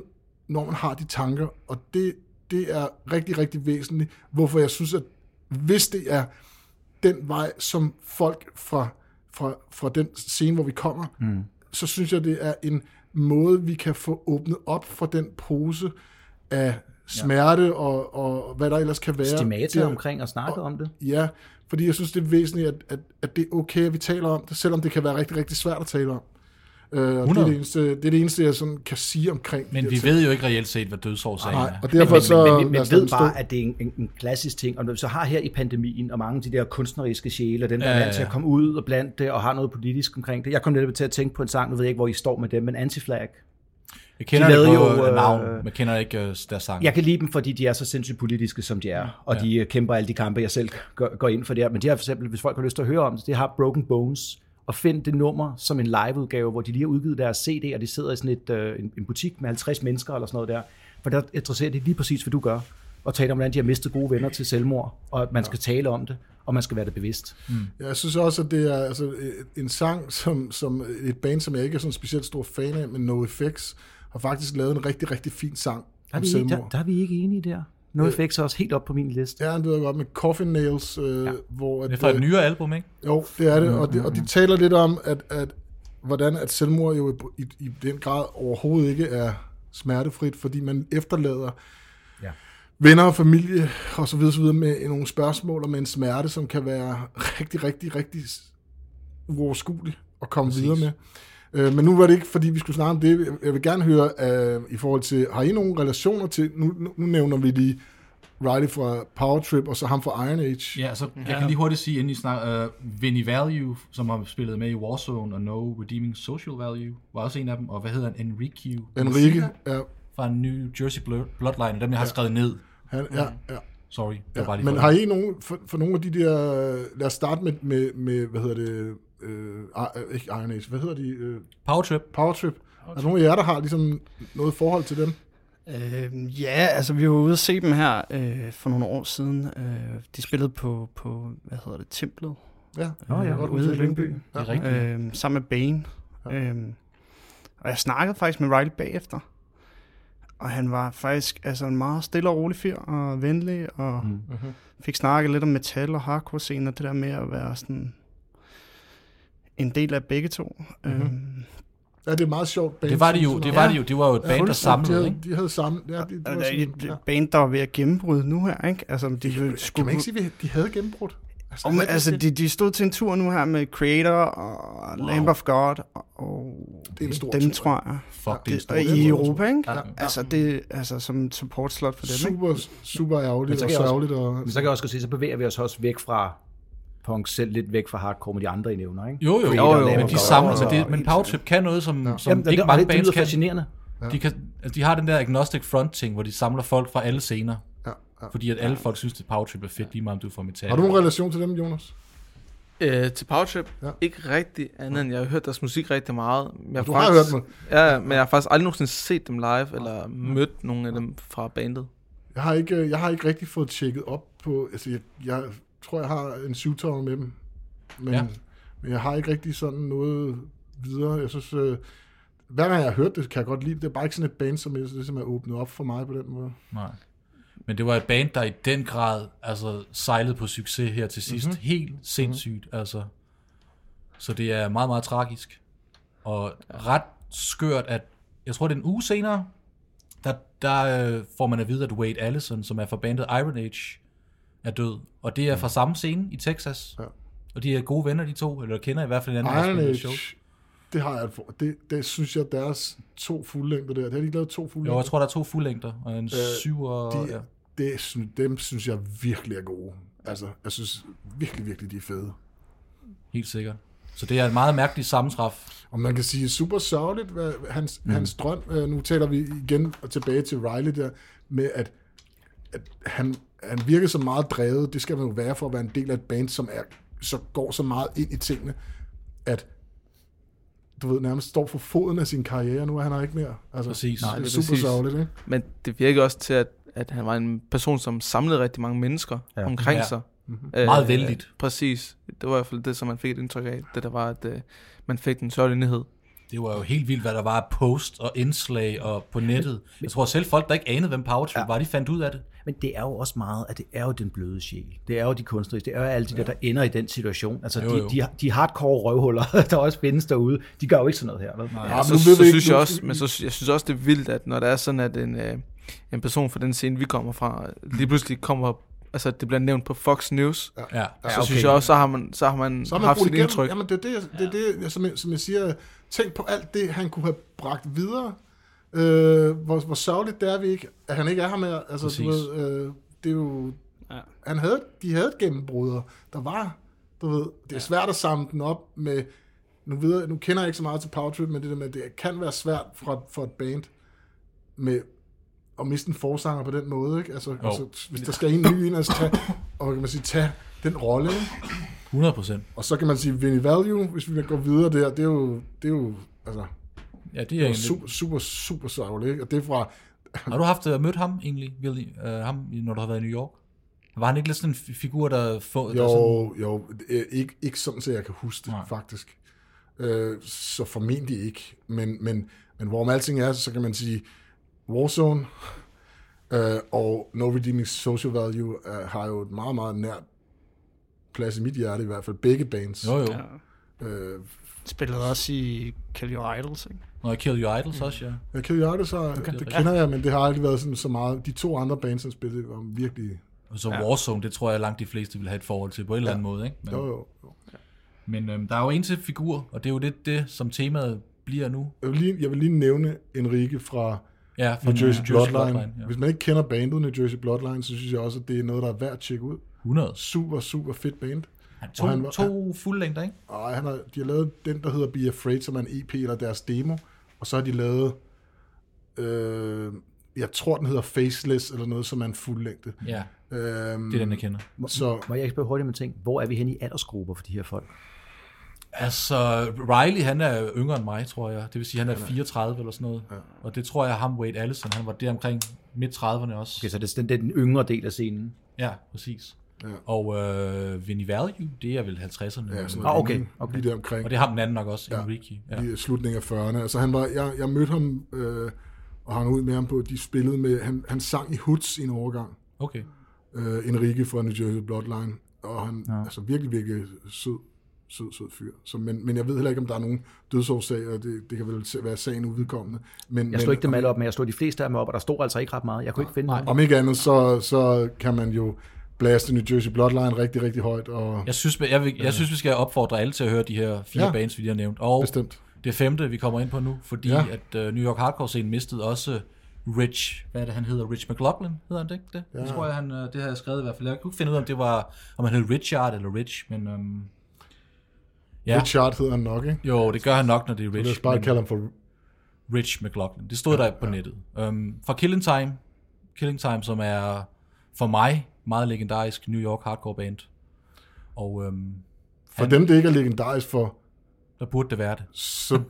når man har de tanker. Og det, det er rigtig, rigtig væsentligt, hvorfor jeg synes, at hvis det er den vej, som folk fra, fra, fra den scene, hvor vi kommer, mm. så synes jeg, det er en måde, vi kan få åbnet op for den pose af smerte ja. og, og hvad der ellers kan være.
Stigmata
Det-
omkring og snakke om det.
Ja, fordi jeg synes, det er væsentligt, at, at, at det er okay, at vi taler om det, selvom det kan være rigtig, rigtig svært at tale om. Øh, og det, er
100.
det, eneste, det er det eneste, jeg sådan kan sige omkring de
men
her
vi
ting.
ved jo ikke reelt set, hvad dødsårsagen
Nej,
er.
og derfor
men,
så...
men, men,
lad
men
os lade
ved
den stå.
bare, at det er en, en, en klassisk ting. Og når vi så har her i pandemien, og mange af de der kunstneriske sjæle, og dem, der er
Ja,
vant til
ja.
at komme ud og blandt det, og har noget politisk omkring det. Jeg kom netop til at tænke på en sang, nu ved jeg ikke, hvor I står med dem, men Antiflag.
Jeg kender
de
det
lavede
på
jo,
jo,
øh,
navn, men jeg kender ikke øh, deres sang.
Jeg kan lide dem, fordi de er så sindssygt politiske, som de er, og ja. de øh, kæmper alle de kampe, jeg selv går, går ind for der. Men de har for eksempel, hvis folk har lyst til at høre om det, det har Broken Bones, og find det nummer som en liveudgave, hvor de lige har udgivet deres CD, og de sidder i sådan et, øh, en, en butik med 50 mennesker eller sådan noget der. For der interesserer det lige præcis, hvad du gør, og taler om, hvordan de har mistet gode venner til selvmord, og at man skal tale om det, og man skal være det bevidst.
Jeg synes også, at det er altså, øh, en sang, som, som øh, et band, som jeg ikke er sådan specielt stor fan af, men NoFX, har faktisk lavet en rigtig, rigtig fin sang
Der er
om
vi, ikke, der,
selvmord.
der er vi ikke enige der. NoFX er også helt op på min liste.
Ja, det ved jeg godt, med Coffin Nails, øh, ja. hvor... At,
det er fra
øh,
et nyere album, ikke?
Jo, det er det, og, det, og de taler lidt om, at, at hvordan at selvmord jo i, i, i den grad overhovedet ikke er smertefrit, fordi man efterlader
Ja.
ja. venner og familie og så videre, så videre med nogle spørgsmål og med en smerte, som kan være rigtig, rigtig, rigtig s- uoverskuelig at komme Præcis. videre med. Øh, men nu var det ikke, fordi vi skulle snakke om det. Jeg vil gerne høre, øh, i forhold til, har I nogle relationer til, nu, nu, nu nævner vi lige Riley fra Power Trip, og så ham fra Iron Age.
Ja, så jeg kan lige hurtigt sige, inden I snakker, uh, Vinny Value, som har spillet med i Warzone og No Redeeming Social Value, var også en af dem, og hvad hedder han? Enrique.
Enrique, ja,
Fra New Jersey Blur- Bloodline, dem jeg har skrevet ned.
han, ja, ja.
Sorry, Mm. det var
Ja,
bare lige
men
for-
har I nogen, for, for nogle af de der, lad os starte med, med, med hvad hedder det, øh, I- ikke Iron Age, hvad hedder de, øh,
Power Trip.
Powertrip? Er der nogen af jer, der har ligesom noget forhold til dem?
Øh, ja, altså vi var ude og se dem her øh, for nogle år siden. Øh, de spillede på, på, hvad hedder det, Templet
Ja,
Nå, ja.
godt
ude i Lyngby,
Det er
Ja.
rigtigt.
øh, sammen med Bane. Øh, og jeg snakkede faktisk med Riley bagefter. Og han var faktisk altså, en meget stille og rolig fyr, og venlig, og mm. fik snakket lidt om metal og hardcore scenen, og det der med at være sådan en del af begge to. Mm-hmm. Øh,
Ja, det er meget sjovt. band,
Det var det jo,
synes jeg.
det var det jo, det var jo et band, der
Fuldstændig.
samlede,
de
ikke?
havde, de havde samlet, ja, de, de
og
var
der er
sådan,
et
ja.
band, der var ved at gennembryde nu her, ikke? Altså, de, de
Kan man
skulle
ikke sige, at de havde gennembrudt?
Og, men, altså, de, de stod til en tur nu her med Creator og wow. Lamb of God, og, og
Det er en stor
dem
tur.
tror jeg.
Fuck, det er
Det,
stort.
og i Europa, ikke?
Ja.
Altså, det, altså som support slot for dem, ikke?
Super, super ærgerligt
så
og
kan jeg også-
sørgeligt. Og,
Men så kan jeg også godt sige, så bevæger vi os også væk fra punk selv, lidt væk fra hardcore med de andre, I nævner, ikke?
Jo, jo,
Jo, jo.
men de samler, men, det, men Powertrip kan noget, som, ja. som Jamen,
det,
ikke
og
mange
det, det
bands
lyder
kan.
fascinerende.
De, kan altså, de har den der agnostic front ting, hvor de samler folk fra alle scener,
ja, ja.
fordi at alle folk synes, at Powertrip er fedt, lige meget om du er fra metal.
Har du nogen relation til dem, Jonas?
Øh, til Powertrip?
Ja.
Ja. Ikke rigtig andet, end jeg har hørt deres musik rigtig meget. Men Jeg
Du har hørt dem.
Ja, men jeg har faktisk aldrig nogensinde set dem live, eller mødt nogen af dem fra bandet.
Jeg har ikke, øh, jeg har ikke rigtig fået tjekket op på... Altså, jeg, jeg tror, jeg har en syvtommer med dem. Men, ja.
Ja.
men jeg har ikke rigtig sådan noget videre. Jeg synes, øh, hver gang jeg har hørt det, kan jeg godt lide det. Det er bare ikke sådan et band, som jeg, ligesom er åbnet op for mig på den måde.
Nej. Men det var et band, der i den grad altså, sejlede på succes her til
Mhm.
sidst. Mm-hmm. Helt sindssygt, mm-hmm. altså. Så det er meget, meget tragisk. Og ret skørt, at jeg tror, det er en uge senere, der, der øh, får man at vide, at Wade Allison, som er fra bandet Iron Age, er død. Og det er fra samme scene i Texas.
Ja.
Ja. Og de er gode venner, de to, eller kender i hvert fald hinanden. der har
Iron
spillet
Age,
shows.
det har jeg et for. Det, det synes jeg, deres to fuldlængder der. Det har de ikke lavet to
Jo,
fuldlængder.
jeg tror, der er to fuldlængder, og en øh, syv og...
de,
ja.
det, synes- dem synes jeg virkelig er gode. Altså, jeg synes virkelig, virkelig, de er fede.
Helt sikkert. Så det er en meget mærkelig sammentræf.
Og man kan sige super sørgeligt, hvad, hans, mm. hans drøm, øh, nu taler vi igen og tilbage til Riley der, med at, at han, han virker så meget drevet, det skal man jo være for at være en del af et band, som er, så går så meget ind i tingene, at du ved, nærmest står for foden af sin karriere nu, er han her ikke mere. Altså,
Præcis.
Nej,
Nej,
det er
det er
super
præcis.
sørgeligt, ikke?
Men det virker også til, at, at han var en person, som samlede rigtig mange mennesker ja. omkring
Ja.
ja. sig. Mm-hmm.
Meget vældigt.
Præcis. Det var i hvert fald det, som man fik et indtryk af. Det der var, at øh, man fik den sørgelige nyhed.
Det var jo helt vildt, hvad der var af post og indslag og på nettet. Jeg tror selv folk, der ikke anede, hvem Powertrip ja. var, de fandt ud af det.
Men det er jo også meget, at det er jo den bløde sjæl. Det er jo de kunstneriske, det er jo alle de der, der ender i den situation. Altså
Jo,
jo, jo.
jo.
De, de, de hardcore røvhuller, [LAUGHS] der også findes derude, de gør jo ikke sådan noget her. Vel?
Ja,
så, så, så synes jeg også, men så, sy- jeg synes også, det er vildt, at når det er sådan, at en, øh, en person fra den scene, vi kommer fra, øh, lige pludselig kommer, altså det bliver nævnt på Fox News, ja.
Ja.
så okay. synes jeg også, så har man, så har man,
Så har man
haft
brugt
sit
igennem.
indtryk.
Jamen, det er det, jeg- det, er det jeg, som, jeg, som jeg siger. Tænk på alt det, han kunne have bragt videre. Øh, hvor, hvor sørgeligt det er, vi ikke, at han ikke er her mere. Altså, du
Præcis.
ved, øh, det er jo... Ja. Han havde, de havde et gennembrud, og der var... Du ved, det er ja. svært at samle den op med... Nu, ved, jeg- nu kender jeg ikke så meget til Power Trip, men det der med, at det kan være svært for, for et band med at miste en forsanger på den måde, ikke? Altså,
Jo.
altså hvis der skal en ny ind, altså tage, og hvad kan man sige, tage den rolle, ikke?
100 procent.
Og så kan man sige, Vinny Value, hvis vi går videre der, det er jo, det er jo altså,
Ja, det er egentlig...
super, super, super sørgeligt. ikke? Og det er fra,
Har du haft uh, mødt ham egentlig, Willy, uh, ham, i- når du har været i New York? Var han ikke lidt sådan en fi- figur, der... Få, der sådan,
jo, jo, øh, ikke, ikke sådan, så jeg kan huske det, Nej.
Nej.
faktisk. Øh, så formentlig ikke. Men, men, men hvorom alting er, så kan man sige, Warzone øh, og No Redeeming Social Value øh, har jo et meget, meget nært plads i mit hjerte i hvert fald. Begge bands.
jo, jo.
Ja.
Ja.
Øh,
Spillede også i Kill Your Idols, ikke?
Når jeg Kill Your Idols også, ja.
Jeg kan jo det, så okay. det kender jeg, men det har aldrig været sådan så meget. De to andre bands, han spillede, var virkelig...
Og så Warzone, det tror jeg langt de fleste vil have et forhold til på en eller anden måde, ikke? Men,
Jo, jo. jo.
men øhm, der er jo en til figur, og det er jo lidt det, som temaet bliver nu.
Jeg, vil lige, jeg vil lige nævne Enrique fra
Ja, fra
New Jersey,
New
Bloodline.
ja.
Hvis man ikke kender bandet New Jersey Bloodline, så synes jeg også, at det er noget, der er værd at tjekke ud.
100.
Super, super fedt band.
Han
Og han var-
to, to fuldlængder, ikke?
Og han har, de har lavet den, der hedder Be Afraid, som er en EP eller deres demo. Og så har de lavet... Øh, jeg tror, den hedder Faceless eller noget, som er en fuldlængde.
Ja,
Øhm,
det er den, jeg kender.
Så
Må jeg ikke spørge hurtigt med ting? Hvor er vi henne i aldersgrupper for de her folk?
Altså, Riley, han er yngre end mig, tror jeg. Det vil sige, han er 34 eller sådan noget. Ja. Og det tror jeg, ham Wade Allison, han var der omkring midt 30'erne også.
Okay, så det er den, det er den yngre del af scenen.
Ja, præcis.
Ja.
Ja. Og øh, Vinnie Value, det er vel 50'erne.
Ja,
Ja,
sådan
Ah, okay, okay.
lige der omkring.
og det har den anden nok også, ja. Enrique. Ja.
ja. i slutningen af 40'erne. Altså han var, jeg, jeg mødte ham øh, og hang ud med ham på, at de spillede med, han, han sang i Hoods i en overgang,
Okay.
øh, Enrique fra New Jersey Bloodline, og han ja. altså virkelig, virkelig sød, sød, sød fyr. Så, men, men jeg ved heller ikke, om der er nogen dødsårsager, det, det kan vel se- være sagen uvedkommende. Men,
Jeg slog
men,
ikke dem alle op, men jeg slog de fleste af dem op, og der stod altså ikke ret meget. Jeg kunne ikke finde
Om ikke andet, så, så kan man jo blaste New Jersey Bloodline rigtig, rigtig højt, og
Jeg synes, jeg, vil, jeg synes, vi skal opfordre alle til at høre de her fire
Ja.
ja. bands, vi lige har nævnt. Og
bestemt.
det femte, vi kommer ind på nu, fordi
Ja.
ja. at uh, New York Hardcore-scenen mistede også Rich, hvad er det, han hedder? Rich McLaughlin, hedder han det ikke det? Ja. Det tror jeg, han, øh, det har jeg skrevet i hvert fald. Jeg kunne ikke finde ud af, om det var, om han hed Richard eller Rich, men øhm, ja, Rich.
Richard hedder han nok, ikke?
jo, det gør han nok, når det er
Lad os
Rich.
bare
men-
kalde ham for...
Rich McLaughlin. Det stod ja, der på ja. nettet. Um, fra Killing Time. Killing Time, som er for mig meget legendarisk New York hardcore band. Og um,
For dem, det ikke er legendarisk for,
der burde det være det.
så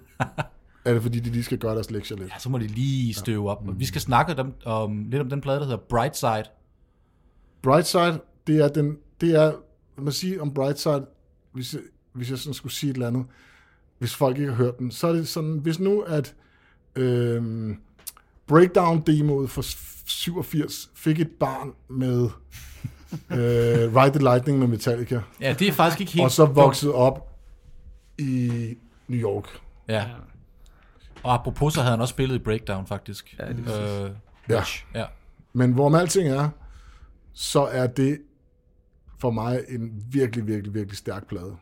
er det fordi, de lige skal gøre deres lektier lidt.
Ja, så må de lige støve op. Mm. Vi skal snakke dem, om, lidt om den plade, der hedder Brightside.
Brightside, det er den, det er, man må sige om Brightside, hvis, jeg- hvis jeg sådan skulle sige et eller andet, hvis folk ikke har hørt den, så er det sådan, hvis nu at øh, breakdown-demoet for 87 fik et barn med øh, Ride the Lightning med Metallica,
Ja, det er faktisk ikke helt...
og så voksede op i New York.
Ja. Og apropos, så havde han også spillet i Breakdown, faktisk. Ja, det er øh,
Ja.
ja.
Men hvorom alting er, så er det for mig en virkelig, virkelig, virkelig stærk plade.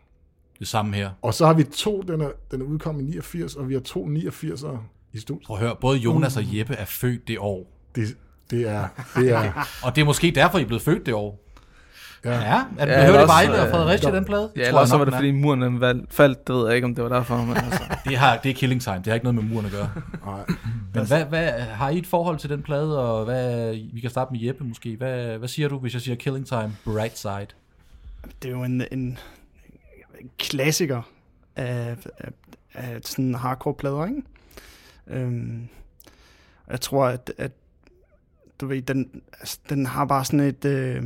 Det samme her.
Og så har vi to, den er, den er udkommet i 89, og vi har to 89'ere i studiet.
Prøv at høre, både Jonas og Jeppe er født det år.
Det, det er, det er,
Og det er måske derfor, I er blevet født det år.
Ja.
Ja, ja at
Ja,
ja,
eller
hører det
også,
Vejle og
øh,
Fredericia,
der-
den plade?
Ja, eller
jeg
så
nok,
var det,
den er.
fordi muren den valg, faldt. Det ved jeg ikke, om det var derfor. Men altså,
Det, har, det er killing time. Det har ikke noget med muren at gøre.
nej.
Men hvad, hvad, har I et forhold til den plade, og hvad, vi kan starte med Jeppe måske. Hvad, hvad siger du, hvis jeg siger killing time, bright side?
Det er jo en, en, en klassiker af, af, af sådan hardcore-plader, ikke? Øhm, og jeg tror, at, at du ved, den, altså, den har bare sådan et... Øh,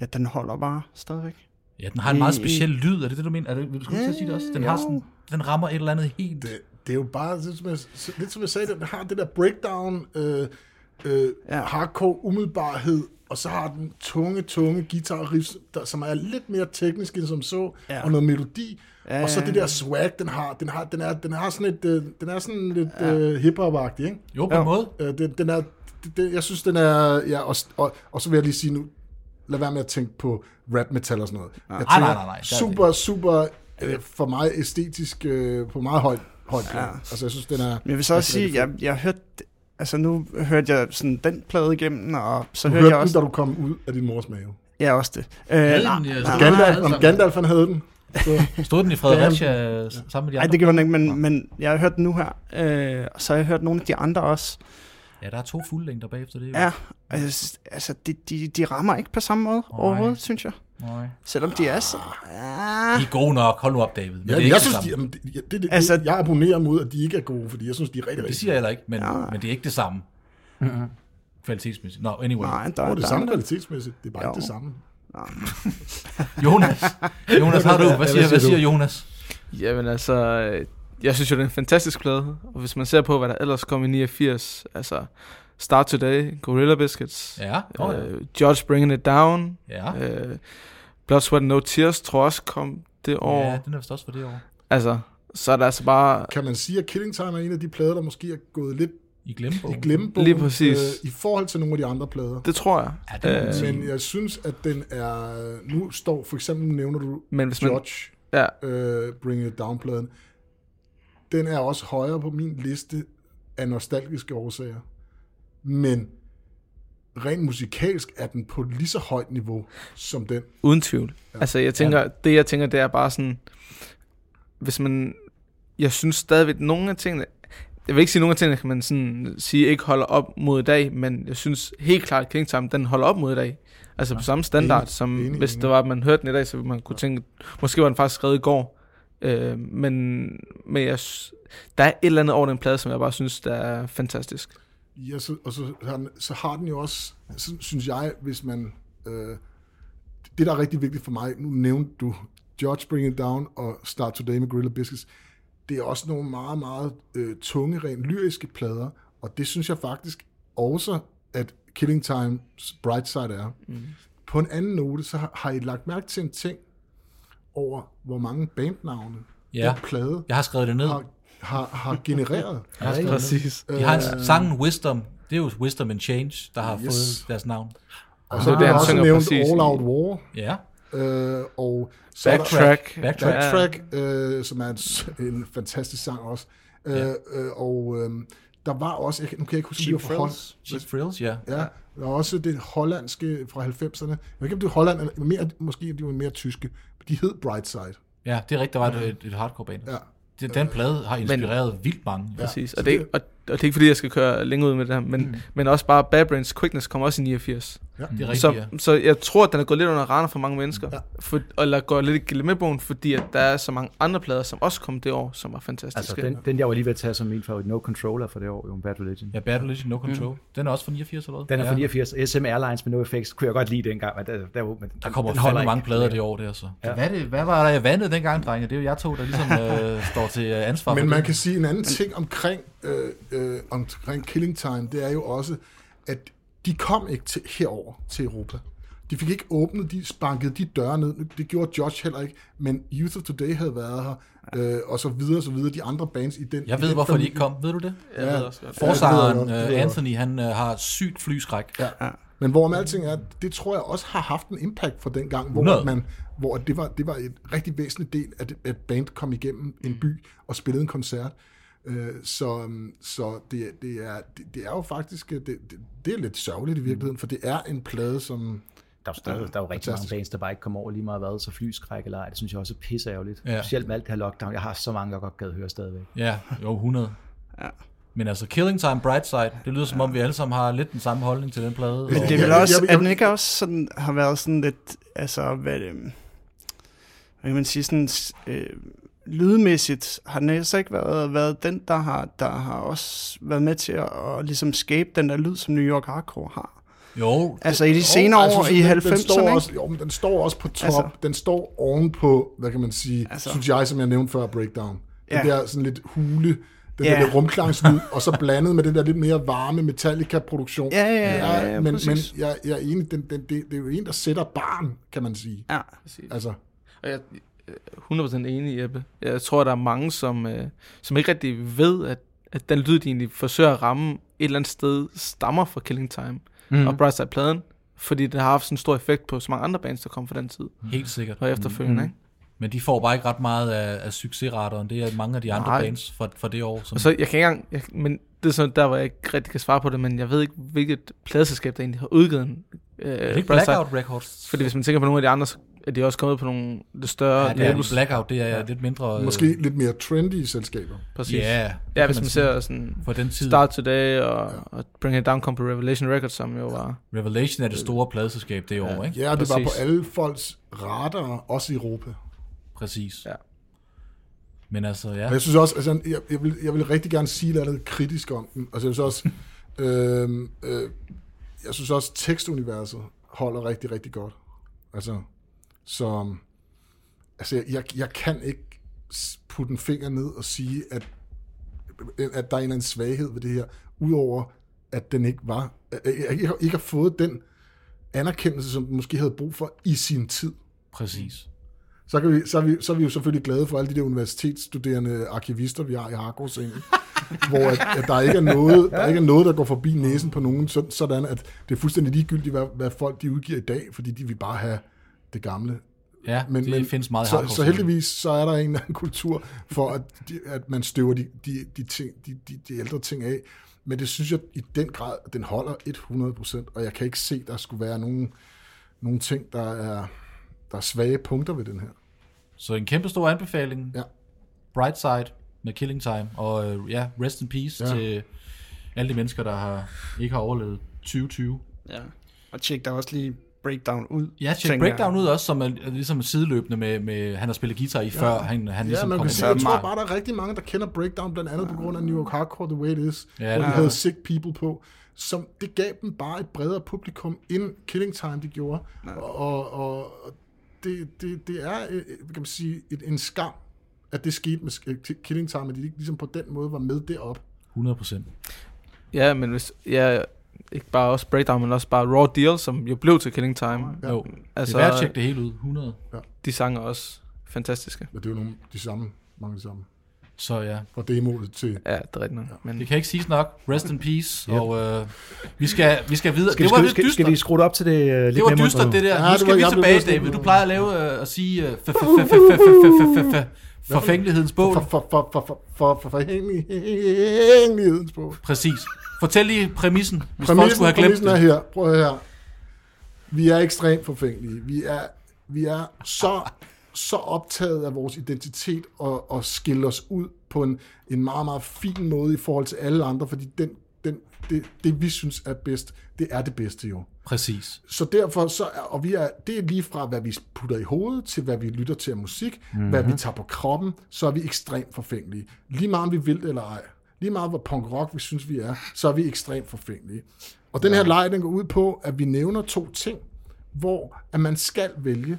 ja, den holder bare stadigvæk.
Ja, den har en meget speciel lyd. Er det det, du mener? Er det, vil du skulle til at sige det også? Den, har
jo.
sådan, den rammer et eller andet helt...
Det, det er jo bare, lidt som jeg, lidt som jeg sagde, den har det der breakdown, øh, øh, ja.
Ja.
hardcore umiddelbarhed, og så har den tunge, tunge guitar riffs, der, som er lidt mere teknisk end som så, ja.
Ja.
og noget melodi, ja,
Ja,
og så
ja,
det
ja.
der swag, den har, den har, den er, den har sådan et, øh, den er sådan lidt ja. øh, hiphop-agtig, ikke?
Jo, på en måde.
Øh, den, den er, den, jeg synes, den er... Ja, og, og, og så vil jeg lige sige nu, lad være med at tænke på rap metal og sådan noget. Jeg
nej, nej, nej, nej. Der er det
Super, super øh, for mig æstetisk øh, på meget højt højt plan. Ja. Altså, jeg synes, den er...
Men jeg vil så også sige, jeg, jeg hørte... Altså nu hørte jeg sådan den plade igennem, og så
Du
hørte
hørte
jeg
den,
også...
da du kom ud af din mors mave.
Ja, også det. Øh, nej, nej, nej.
Gandalf, om Gandalf han havde den,
[LAUGHS]
så
Stod den i Fredericia øh, sammen med de
Nej,
andre?
det gjorde den ikke, men, men jeg har hørt den nu her, øh, og så har jeg hørt nogle af de andre også.
Ja, der er to fuldlængder bagefter det. er Jo.
Ja, og jeg synes- altså, de, de, de rammer ikke på samme måde Nej. overhovedet, synes jeg.
Nej.
Selvom de er så... Ah,
I er gode nok. Hold nu op, David. Men
ja,
det er
jeg,
ikke
jeg
det
synes,
samme.
de, jamen, det, det, det, altså,
Altså-
jeg abonnerer mod, at de ikke er gode, fordi jeg synes, de er rigtig,
Det
rigtig
siger jeg heller ikke, men,
Nej.
men det er ikke det samme. Kvalitetsmæssigt. Nå, no, anyway.
nej, der,
gode. Det er det
der,
samme kvalitetsmæssigt, det er bare
Jo.
ikke det samme.
Jonas, Jonas har du, hvad siger,
siger
hvad
du?
siger Jonas?
Jamen altså, øh, jeg synes jo, det er en fantastisk plade. Og hvis man ser på, hvad der ellers kom i 89, altså Start Today, Gorilla Biscuits,
Ja, oh, ja.
øh, Judge Bringing It Down,
ja.
øh, Blood, Sweat and No Tears, tror jeg også kom det år.
ja, den er vist også for det år.
Altså, så er der altså bare...
Kan man sige, at Killing Time er en af de plader, der måske er gået lidt
I glemmebogen.
i glemmebogen
Lige præcis.
Øh, i forhold til nogle af de andre plader.
Det tror jeg.
Ja, det må man sige.
øh,
Men jeg synes, at den er... Nu står for eksempel, nævner du
men hvis man...
George,
Ja,
øh, Bring It Down-pladen. Den er også højere på min liste af nostalgiske årsager. Men rent musikalsk er den på lige så højt niveau som den.
Uden tvivl. Ja. Altså, jeg tænker, ja. det jeg tænker, det er bare sådan, hvis man, jeg synes stadigvæk, nogle af tingene, jeg vil ikke sige, nogle af tingene kan man sådan sige, ikke holder op mod i dag, men jeg synes helt klart, King Time, den holder op mod i dag. Altså på samme standard,
Enig.
som
Enig,
hvis
enig.
det var, at man hørte den i dag, så ville man kunne tænke, måske var den faktisk skrevet i går. Øh, men men jeg, s- der er et eller andet over den plade, som jeg bare synes, der er fantastisk.
Ja, så, og så har, den, så har den jo også, så, synes jeg, hvis man... Øh, det, der er rigtig vigtigt for mig, nu nævnte du George Bring It Down og Start Today med Gorilla Biscuits, det er også nogle meget, meget øh, tunge, rent lyriske plader, og det synes jeg faktisk også, at Killing Times Bright Side er. Mm. På en anden note, så har, har I lagt mærke til en ting over, hvor mange bandnavne
Ja.
den plade
Jeg har skrevet det ned.
har, har, har genereret.
Jeg har skrevet det
Præcis.
ned. De har en, sangen Wisdom. Det er jo Wisdom and Change, der har
Yes.
fået deres navn.
Og så
det er
ah, det,
det, han
han også
synger
nævnt
præcis i-
All Out War,
Ja.
øh, og så er der-
Backtrack.
Backtrack.
Backtrack, øh, som er en, s- en fantastisk sang også. Øh, øh, og øh, der var også, jeg, kan- nu kan jeg ikke huske, om
Cheap
det var fra Hol-
Frills.
Cheap Frills, ja.
Ja, der er også det hollandske fra 90'erne. Jeg ved ikke, om det er Holland, eller mere, måske de var mere tyske. De hed Brightside.
Ja, det er rigtigt, der var et, et hardcore band.
Ja.
Det, den plade har inspireret men, vildt mange. Ja.
Præcis.
så
Og det, er-
det-
og, og det er ikke fordi, jeg skal køre længere ud med det her, men, mm. men også bare Bad Brains Quickness kommer også i 89.
Det er rigtigt,
Så,
ja.
så jeg tror, at den er gået lidt under radaren for mange mennesker. Ja. For, eller går lidt i glemmebogen, fordi at der er så mange andre plader, som også kom det år, som var
Altså,
fantastiske.
den, den jeg var lige ved at tage som min favorit, No Controller for det år, jo, Bad Religion.
Ja, Battle Legend, No Control. Mm. Den er også fra 89 eller hvad?
Den er fra
ja.
89, SM Airlines med No Effects, kunne jeg godt lide dengang, men der, der, men
Der kommer
den holder
fandme
ikke.
mange plader det år der, så. Ja. Hvad, er det, hvad var der i vandet dengang, drenge? Det er jo jeg to, der ligesom øh, står til øh, ansvar
Men
for
man
det.
kan sige en anden ting omkring, øh, øh, omkring Killing Time, det er jo også, at de kom ikke til, herover til Europa. De fik ikke åbnet, de spankede de døre ned. Det gjorde Josh heller ikke, men Youth of Today havde været her, øh, og så videre, og så videre. De andre bands i den...
Jeg
i
ved,
den
hvorfor de
familie.
ikke kom. Ved du det?
Jeg ved også godt.
Ja, det
Forsangeren
ved jeg godt, det ved
øh,
jeg
Anthony, han øh, har sygt flyskræk. Ja.
Men hvorom alting er, det tror jeg også har haft en impact fra den gang, hvor,
100.
man, hvor det, var, det var et rigtig væsentlig del, at, at band kom igennem en by og spillede en koncert. Øh, Så, øhm, så det, det, er, det, det er jo faktisk, øh, det, det, det er lidt sørgeligt i virkeligheden, for det er en plade, som...
Der er, jo stadig, der er jo rigtig mange
fantastisk.
bands, der bare ikke kommer over lige meget hvad, så flyskræk eller ej, det synes jeg også er pisse ærgerligt.
Ja.
Ja. Specielt med alt det her lockdown, jeg har så mange, jeg godt gad høre stadigvæk.
ja, jo 100. Men altså, Killing Time, Brightside, det lyder som om, vi alle sammen har lidt den samme holdning til den plade.
Men
og-
det er vel
Jeg-
også,
jeg- jeg-
at den ikke også sådan, har været sådan lidt, altså, hvad, er det, hvad kan man sige, sådan, øh, lydmæssigt, har den så ikke været, været den, der har, der har også været med til at, at ligesom skabe den der lyd, som New York Hardcore har?
Jo,
Altså i de senere
Jo,
år, i
den- den
90'erne,
står
ikke?
også, jo, men den står også på top.
Altså.
Altså, den står ovenpå, hvad kan man sige,
Altså.
altså, synes jeg, som jeg nævnte før, Breakdown. Den
Ja.
der sådan lidt hule, den
Ja.
der lidt rumklangslyd, og så blandet med den der lidt mere varme Metallica-produktion.
Ja, ja, ja, ja, ja,
men, men
præcis.
jeg, jeg er enig, den, den, det, det er jo en, der sætter barn, kan man sige.
Ja.
Altså,
Og jeg er 100% enig, Jeppe. Jeg tror, der er mange, som, øh, som ikke rigtig ved, at, at den lyd, de egentlig forsøger at ramme et eller andet sted, stammer fra Killing Time mm. og Brightside-pladen, fordi det har haft sådan en stor effekt på så mange andre bands, der kom fra den tid
helt sikkert.
og efterfølgende. Mm. Ikke?
Men de får bare ikke ret meget af, af succesrateren. Det er mange af de andre
Nej.
bands fra, fra det år. Som,
Og så, jeg kan ikke engang, jeg, men det er sådan der, hvor jeg ikke rigtig kan svare på det, men jeg ved ikke, hvilket pladeselskab, der egentlig har udgivet en øh,
er det ikke
Brightside.
Blackout Records?
Fordi hvis man tænker på nogle af de andre, så er de også kommet på nogle lidt større
ja, det er
labels.
Blackout, det er ja. lidt mindre... øh,
måske lidt mere trendy selskaber.
Præcis.
Ja,
ja,
kan
hvis man,
sige.
man ser sådan
På den tid,
Start Today og, og Bring It Down kom på Revelation Records, som jo var...
Revelation er det store pladeselskab det år, ikke?
Ja, og det var på
Præcis.
alle folks radar, også i Europa.
Præcis.
Ja.
Men altså, ja.
Og jeg synes også, altså, jeg, jeg, vil, jeg vil rigtig gerne sige noget kritisk om den. Altså, jeg synes også, øhm, øh, jeg synes også, tekstuniverset holder rigtig, rigtig godt. Altså, så, altså, jeg, jeg kan ikke s- putte en finger ned og sige, at, at der er en eller anden svaghed ved det her, udover at den ikke var, øh, ikke, ikke har fået den anerkendelse, som den måske havde brug for i sin tid
Præcis.
så, kan vi, så, er vi, så er vi jo selvfølgelig glade for alle de der universitetsstuderende arkivister, vi har i Hargårdsengen, hvor at, at der, ikke er noget, der ikke er noget, der går forbi næsen på nogen, så- sådan at det er fuldstændig ligegyldigt, hvad, hvad folk de udgiver i dag, fordi de vil bare have det gamle.
Ja, men, det findes meget i
så,
hardcore
så heldigvis så er der en eller anden kultur for, at, de, at man støver de, de, de, ting, de, de, de ældre ting af. Men det synes jeg i den grad, at den holder 100%, og jeg kan ikke se, der skulle være nogen, nogen ting, der er, der er svage punkter ved den her.
Så en kæmpe stor anbefaling.
Ja.
Brightside med Killing Time. Og øh, ja, rest in peace ja.
Ja.
til alle de mennesker, der har, ikke har overlevet 2020.
Ja. Og tjek der også lige Breakdown ud.
Ja, tjek
tænker
Breakdown
jeg.
ud også, som er, er ligesom sideløbende med, med, han har spillet guitar i ja. før han, han
Ja,
ligesom
man
kom
kan
i
sige, jeg
gang.
tror bare, der er rigtig mange, der kender Breakdown, blandt andet på grund af New York Hardcore The Way It Is,
Ja,
ja,
det
hvor de
er
havde Sick People på, som det gav dem bare et bredere publikum, end Killing Time de gjorde. Og, og, og det, det, det er, øh, øh, kan man sige, et, en skam, at det skete med øh, Ki- Killing Time, at de ikke ligesom på den måde var med derop.
100%.
Ja, men hvis... Ja, ikke bare også Breakdown, men også bare Raw Deal, som jo blev til Killing Time.
Ja. Jo, altså,
Altså,
det er værd at tjekke det hele ud. 100.
de sange er også fantastiske.
Men det er jo nogle, de samme, mange af de samme.
Så ja,
fra demoet til...
Ja, det er rigtigt nok. Men
det kan ikke siges nok. Rest in peace. Og øh, vi, skal, vi skal videre.
Skal,
det
vi,
var
skal,
lidt
skal, skal vi
dystert.
skrue det op til det uh, lidt
Det var
nemmere
dystert, det der.
Ja,
Nu
det
skal
var-
vi
jeg blev
tilbage,
næsten-
David. Du plejer at lave øh, at sige øh, f- f- f- f- f- f- f- forfængelighedens
For,
bål.
for, for, for, for, for, for, for hængelighedens sprog.
Præcis. Fortæl lige præmissen, hvis folk
Præmissen,
skulle have glemt
præmissen er
det.
her. Prøv at høre her. Vi er ekstremt forfængelige. Vi er, vi er så, så optaget af vores identitet og, og skille os ud på en, en meget, meget fin måde i forhold til alle andre, fordi den, den, det, det, vi synes er bedst, det er det bedste jo.
Præcis.
Så derfor, så er, og vi er, det er lige fra, hvad vi putter i hovedet, til hvad vi lytter til af musik, mm-hmm. hvad vi tager på kroppen, så er vi ekstremt forfængelige. Lige meget om vi vil det eller ej, lige meget hvor punk rock vi synes, vi er, så er vi ekstremt forfængelige. Og den her leg, den går ud på, at vi nævner to ting, hvor at man skal vælge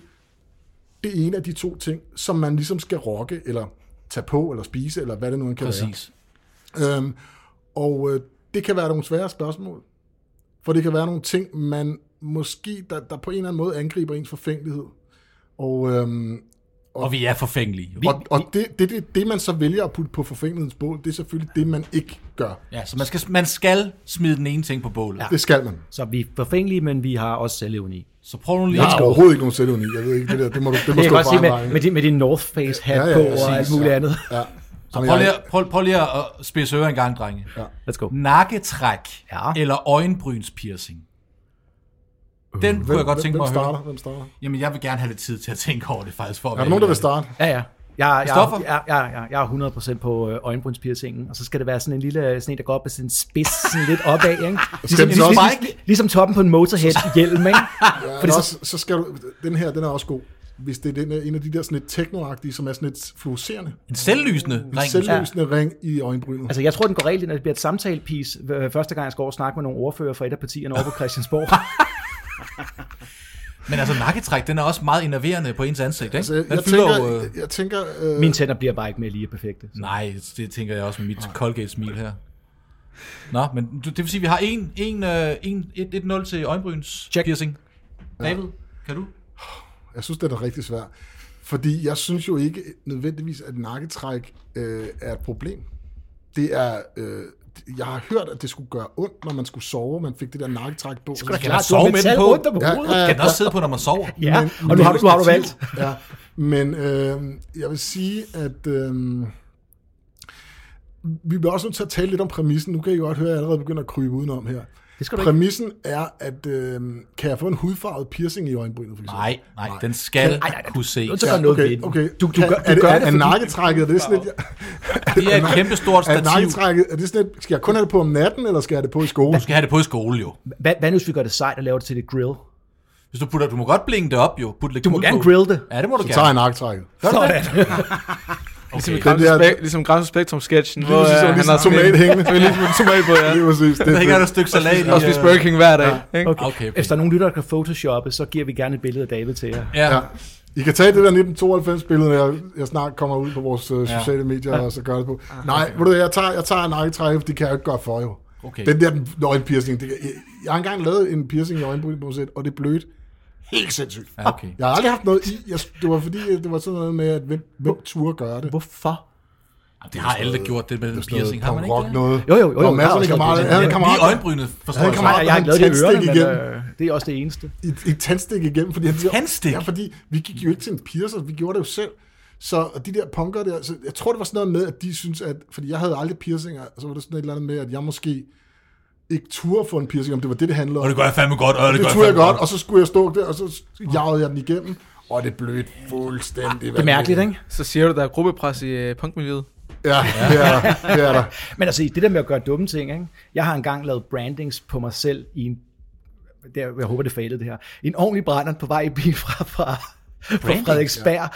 det ene af de to ting, som man ligesom skal rocke, eller tage på, eller spise, eller hvad det nu end kan være.
Præcis.
Øhm, og øh, det kan være nogle svære spørgsmål. For det kan være nogle ting, man måske, der, der på en eller anden måde angriber ens forfængelighed. Og, øhm,
Og vi er forfængelige.
og, og det, det, det, det, man så vælger at putte på forfængelighedens bål, det er selvfølgelig det, man ikke gør.
Ja, så man skal, man skal smide den ene ting på bålet.
Det skal man.
Så vi er forfængelige, men vi har også selvevne i.
Så prøv nu lige
Jeg har overhovedet ikke nogen selvevne i. Jeg ved ikke, det der, det må, du, det må
Det
stå
kan jeg godt
for
sige
egen
med, med,
regning.
din, med din North Face hat
Ja, ja,
på
præcis,
og alt muligt
ja.
andet.
Ja. Så
Prøv lige, at- prøv, prøv lige at spidse ører en gang, drenge. Ja.
Let's go.
Nakketræk
Ja.
ja. eller øjenbrynspiercing? Den kunne jeg godt tænke mig
Øh, hvem
at høre.
starter? Hvem starter?
Jamen, jeg vil gerne have lidt tid til at tænke over det faktisk. For at
Er der
vælge
nogen, der vil
det.
starte?
Ja, ja. Jeg, jeg,
Christoffer?
jeg, jeg, jeg, jeg er 100% på øh, øjenbrynspiercingen, og så skal det være sådan en lille, øh, sådan en, der går op med sådan en spids, sådan lidt opad, ikke? Ligesom,
den
ligesom,
også-
ligesom, ligesom toppen på en Motorhead-hjelm, ikke?
Ja,
Fordi
Fordi
så-
også, så skal du, den her, den er også god. Hvis det er den, en af de der sådan lidt technoagtige, som er sådan lidt fluorescerende.
En selvlysende ring.
Selvløsende ja. ring i øjenbrynet.
Altså, jeg tror, den går reelt ind, at det bliver et samtalepiece øh, første gang, jeg skal over og snakke med nogle ordfører fra et af partierne over på Christiansborg.
Men altså, nakketræk, den er også meget enerverende på ens ansigt, ikke?
Altså,
Altså,
jeg,
den
jeg,
fylder
tænker,
jo... Øh,
jeg, jeg tænker... Øh,
Mine tænder bliver bare ikke mere lige perfekte.
nej, det tænker jeg også med mit Colgate-smil her. Nå, men du- det vil sige, at vi har øh, 1 1 1 1 0 til øjenbryns
Check.
piercing. David, kan du?
Jeg synes, det er rigtig svært. Fordi jeg synes jo ikke nødvendigvis, at nakketræk øh, er et problem. Det er... Øh, jeg har hørt, at det skulle gøre ondt, når man skulle sove, man fik det der nakketræk på.
Skulle da
Skal
klart,
man
du har
sove med den
metal
på?
rundt om på
Ja,
hovedet.
ja,
Kan den også sidde på, når man sover?
Ja, og nu har du, nu har du
[LAUGHS]
valgt.
Ja, men øh, jeg vil sige, at øh, vi bliver også nødt til at tale lidt om præmissen. Nu kan I godt høre, at jeg allerede begynder at krybe udenom her.
Det skal du ikke.
Præmissen er, at øh, kan jeg få en hudfarvet piercing i øjenbrynet? For eksempel?
Nej, nej, den skal
Ej, nej, nej,
kunne se.
nødt til at gøre noget ved
okay,
den.
okay.
Du, du,
Kan-
gør,
er
du
det,
gør
er,
det,
er
fordi
nakketrækket, er det sådan lidt...
Det er et kæmpestort
Er
stativ.
nakketrækket, er det sådan lidt, skal jeg kun have det på om natten, eller skal jeg have det på i skole?
Du skal have det på i skole, jo.
Hvad, hvad nu, hvis vi gør det sejt og laver det til det grill? [LAUGHS]
Hvis du putter, du må godt blinke det op, jo. Put lidt
Du må
guld
gerne
på.
grille det.
Ja, det må du
Så
gerne.
tager jeg nakketrækket.
Gør du det?
ligesom, i
Okay.
Graus-
Den der-
Spe- ligesom Graus Spektrum sketchen, hvor
præcis,
øh,
hvor
han
ligesom
har sådan
tomat
en,
hængende.
[LAUGHS] med ligesom en tomat på, ja.
Lige
[LAUGHS]
præcis. Det,
Der hænger der
det,
et stykke salat i.
Og spiser
øh,
Burger King hver dag. Ikke?
Okay.
Okay, okay.
Hvis der er nogen lyttere, der kan photoshoppe, så giver vi gerne et billede af David til jer.
Ja,
ja. I kan tage det der 1992-billede, når jeg, jeg snart kommer ud på vores øh, sociale medier, og så gør det på.
Ah,
Nej, ved du, hvad, jeg tager, jeg tager nakketrækket, for det kan jeg jo ikke gøre for, jo.
okay.
Den der nøgenpiercing, det, kan- jeg, jeg har engang lavet en piercing i øjenbrynet på set, og det blødt. Helt sindssygt.
Ja, okay.
Jeg har aldrig haft noget i. Jeg, det var fordi, øh, det var sådan noget med, at hvem, hvem turde gøre det?
Hvorfor?
Det har alle gjort, det med den piercing. Har man ikke
rock
det?
noget.
Jo, jo, jo, jo,
Og masser
der er
af
også
kammerater.
noget
Jeg havde en
Lige
det.
kammerat,
øjnebrynet, forstår
Han
jeg.
kan
Nej,
meget-
jeg har ikke lavet det i
Tandstik
ørerne, men
igen.
øh, det er også det eneste.
et, et tandstik igennem, fordi han siger,
Tandstik?
Ja, fordi vi gik jo ikke til en piercer, vi gjorde det jo selv. Så og de der punker der, så jeg tror, det var sådan noget med, at de synes at, fordi jeg havde aldrig piercinger, så var det sådan et eller andet med, at jeg måske ikke turde få en piercing, om det var det, det handlede om.
Og det gør jeg fandme godt, og det,
det,
gør
det turde jeg
fandme
godt, og så skulle jeg stå der, og så jagede jeg den igennem, og det blødte fuldstændig.
Det er mærkeligt, ikke?
Så siger du, der er gruppepres i øh, punkmiljøet.
Ja, det er der. Det er der.
Men altså, det der med at gøre dumme ting, ikke? jeg har engang lavet brandings på mig selv i en, der, jeg håber det failede det her, en ordentlig brænder på vej i bil fra, fra, fra
Branding?
Frederiksberg.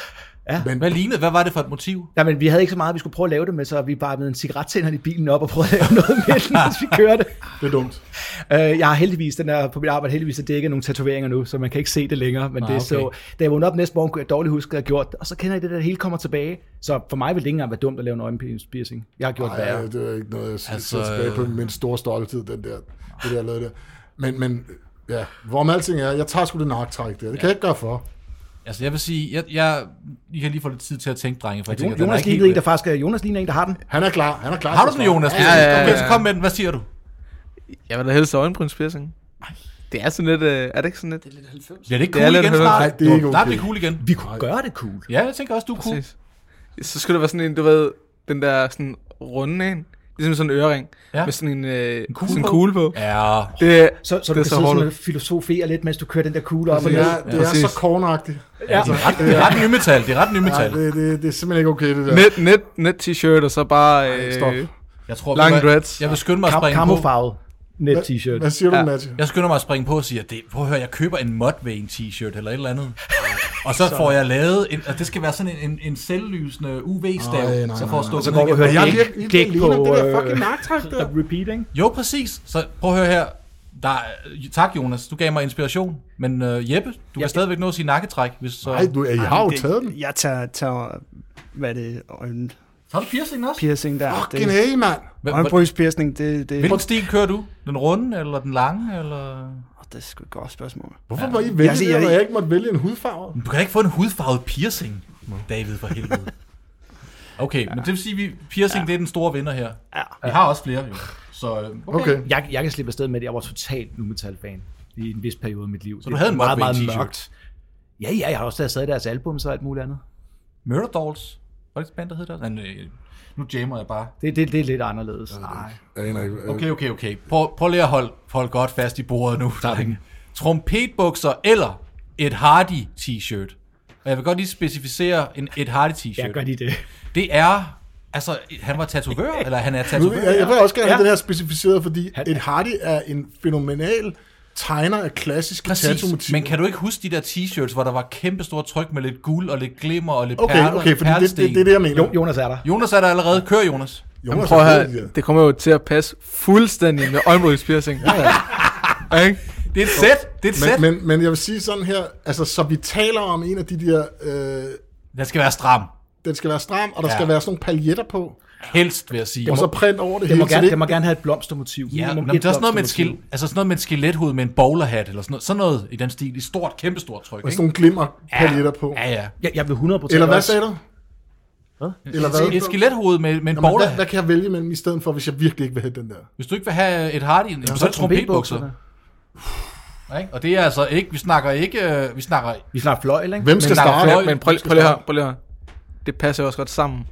Ja.
Hvad lignede? Hvad var det for et motiv?
ja. men vi havde ikke så meget, vi skulle prøve at lave det med, så vi bare med en cigarettænder i bilen op og prøvede at lave noget med den, mens vi kørte.
Det er dumt.
Øh, jeg har heldigvis, den er på mit arbejde, heldigvis er dækket nogle tatoveringer nu, så man kan ikke se det længere. Men
Ah,
det er
okay.
så, da jeg vågnede op næste morgen, kunne jeg dårligt huske, at jeg havde gjort det, og så kender jeg det, der hele kommer tilbage. Så for mig ville det ikke engang være dumt at lave en øjenpiercing. Jeg har gjort
Nej,
værre.
det var ikke noget, jeg altså,
Altså,
sidder tilbage på
øh.
min store stolthed, den der, det der jeg lavede der. Men, men ja, hvorom alting er, jeg tager sgu det naktræk der. Det kan jeg ikke gøre for.
Altså, jeg vil sige, jeg, jeg, I kan lige få lidt tid til at tænke, drenge, for jeg tænker,
Jonas,
den er
Jonas
ikke
ligner en,
helt...
der faktisk er, Jonas ligner en, der har den.
Han er klar. Han er klar.
Har
til
du den,
at svare.
Jonas?
Ja, ja, ja.
Okay, så kom med den. Hvad siger du?
Jeg vil da helst have øjenbrynspiercing. Det er sådan lidt, øh, er det ikke sådan lidt?
Bliver det ikke
Det er
cool
lidt
igen
hørt.
snart?
Nej, det er ikke
Jo, snart
okay.
bliver cool igen.
Vi kunne gøre det cool.
Ja, jeg tænker også, du er cool.
Præcis. Så skulle der være sådan en, du ved, den der sådan runde en. Ligesom sådan en ørering.
Ja.
Ja. Med sådan en, øh,
kugle
sådan en
på.
kugle på. Ja.
Ja,
Det,
Så, så
Det
du
er
kan sidde
så
sådan
hårdt.
og filosofere lidt, mens du kører den der kugle op og
Altså,
ned.
det er, det er
præcis.
så kornagtigt.
det er ret, det er ret nymetal. Det er ret
Nej,
nymetal.
det, det, det er simpelthen ikke okay, det der.
net, net, net t-shirt, og så bare øh,
stop.
Jeg tror,
lange
jeg,
dreads.
jeg vil skynde mig at
Kam-
springe på.
Kamofarvet net
Hva-
t-shirt.
Hvad siger du,
Ja.
Nadia?
Jeg skynder mig at springe på og sige, at det, prøv at høre, jeg køber en Mudvayne t-shirt eller et eller andet. og
[LAUGHS]
så, får jeg lavet, en, og det skal være sådan en, en, en selvlysende
Nej,
UV-stav,
nej,
så får jeg stå
Så går du og hører
Jeg
gæk,
er virkelig
gæk
alene
på
om det der
øh,
fucking narktræk der.
repeating.
Jo, præcis. Så prøv at høre her. Der, er- tak, Jonas. Du gav mig inspiration. Men uh, Jeppe, du kan stadigvæk nå at sige nakketræk. Hvis, øh- så...
Nej, du, I har jo taget den.
Jeg tager, tager hvad er det, øjen,
Har du piercing også?
piercing der.
Fucking hey, mand.
Hva- hva-
Øjenbrynspiercing, det, det,
Hvilken stil kører du? Den runde eller den lange? Eller...
Åh, det er sgu et godt spørgsmål.
Hvorfor må I vælge
Jeg siger,
det, når
jeg-
jeg ikke måtte vælge en hudfarve?
Du kan da ikke få en hudfarvet piercing, David, for helvede. Okay, men det vil sige, at piercing ja. det er den store vinder her.
Ja.
Vi har også flere, jo. Så øh, okay.
Okay.
okay.
Jeg, jeg kan slippe afsted med det. Jeg var totalt numetal-fan i en vis periode af mit liv. Så
du havde en
meget,
Mudvayne
meget
t-shirt?
mørkt. Ja, ja, jeg har også stadig deres album og alt muligt andet.
Murder Dolls. Var det ikke et band, der hed der? Nej, øh, nu jammer jeg bare.
Det, det, det er lidt anderledes. Nej.
Jeg aner ikke, hvad-
Okay, okay, okay. Prøv, prøv lige at holde, holde godt fast i bordet nu, drenge. Trompetbukser eller et Hardy t-shirt. Og jeg vil godt lige specificere en et Hardy t-shirt.
Jeg gør lige det.
Det er, altså, han var
[LAUGHS]
tatovør, eller han er
Nu,
tatovør.
jeg, jeg vil også gerne have
Ja.
den her specificeret, fordi et Hardy er en fænomenal tegner af klassiske
Præcis,
tattoo-motiver.
men kan du ikke huske de der t-shirts, hvor der var kæmpe store tryk med lidt guld og lidt glimmer og lidt
Okay,
perler,
okay, fordi det, det, det er det, jeg mener.
Jo, Jonas er der.
Jonas er der allerede. Kør, Jonas.
Jamen,
Jonas
prøv
er
at
fed i
høre,
det.
det kommer jo til at passe fuldstændig med øjenbrynspiercing. ja, [LAUGHS] ja. Ikke?
Det er et sæt. Det er et sæt.
Men, men, men jeg vil sige sådan her, altså så vi taler om en af de der, øh,
Den skal være stram.
den skal være stram, og der
Ja.
ja. skal være sådan nogle paljetter på,
Helst, vil jeg sige.
og så print over det,
Det må,
hele. så
gerne,
det,
det må gerne have et blomstermotiv.
Ja,
Minimum
men
et
det er også noget med, et
blomstermotiv.
skil, altså sådan noget med et skelethoved med en bowlerhat, eller sådan noget, sådan noget i den stil, i stort, kæmpestort tryk.
med
Ikke?
sådan nogle glimmer paljetter på.
Ja, ja.
Jeg, jeg vil 100%
Eller hvad
også-
sagde du?
Hvad?
Eller hvad?
Et skelethoved med, med en
Jamen, hvad,
bowlerhat.
hvad kan jeg vælge mellem i stedet for, hvis jeg virkelig ikke vil have den der?
Hvis du ikke vil have et hardy, ja, så er det trompetbukser. Ja, ikke? Og det er altså ikke, vi snakker ikke, øh, vi snakker
Vi snakker fløjl, ikke?
Hvem skal
der er
starte?
fløj-
Men prøv, prøv lige her, prøv lige her. Det passer jo også godt sammen.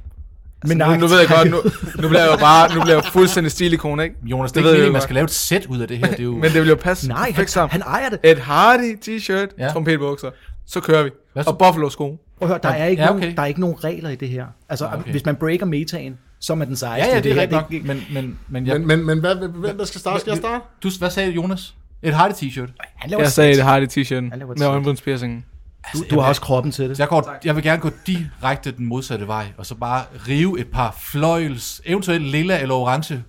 Men
Nu, nu ved jeg godt, nu, nu bliver jeg jo bare, nu bliver jeg jo fuldstændig stilikon, ikke?
Jonas, det,
Det
det er
ved
ikke
jeg
meningen, man
jo godt.
skal lave et sæt ud af det her. Det er jo,
Men det vil jo
[LAUGHS]
passe
Nej, han,
perfekt sammen.
han ejer det.
Et Hardy t-shirt,
Ja.
ja. trompetbukser, så kører vi.
Hvad så?
Og Buffalo sko.
Prøv at høre, der er, ikke
Ja,
ja,
okay.
okay. nogen, der er ikke nogen regler i det her. Altså,
Ja, okay.
okay. hvis man breaker metaen, så er man den
ja,
sejeste.
ja, det er
her,
rigtigt nok. Men, men, men, jeg,
Men, men, men hvad, hvem der skal starte? Skal jeg starte?
du, hvad sagde Jonas? Et hardy t-shirt.
Han laver
Jeg sagde et
sex.
Hardy t-shirt
Han laver et
med
sæt.
øjenbrynspiercingen.
Du, du har også kroppen til det.
Så jeg, går, jeg vil gerne gå direkte den modsatte vej, og så bare rive et par fløjls, eventuelt lilla eller orange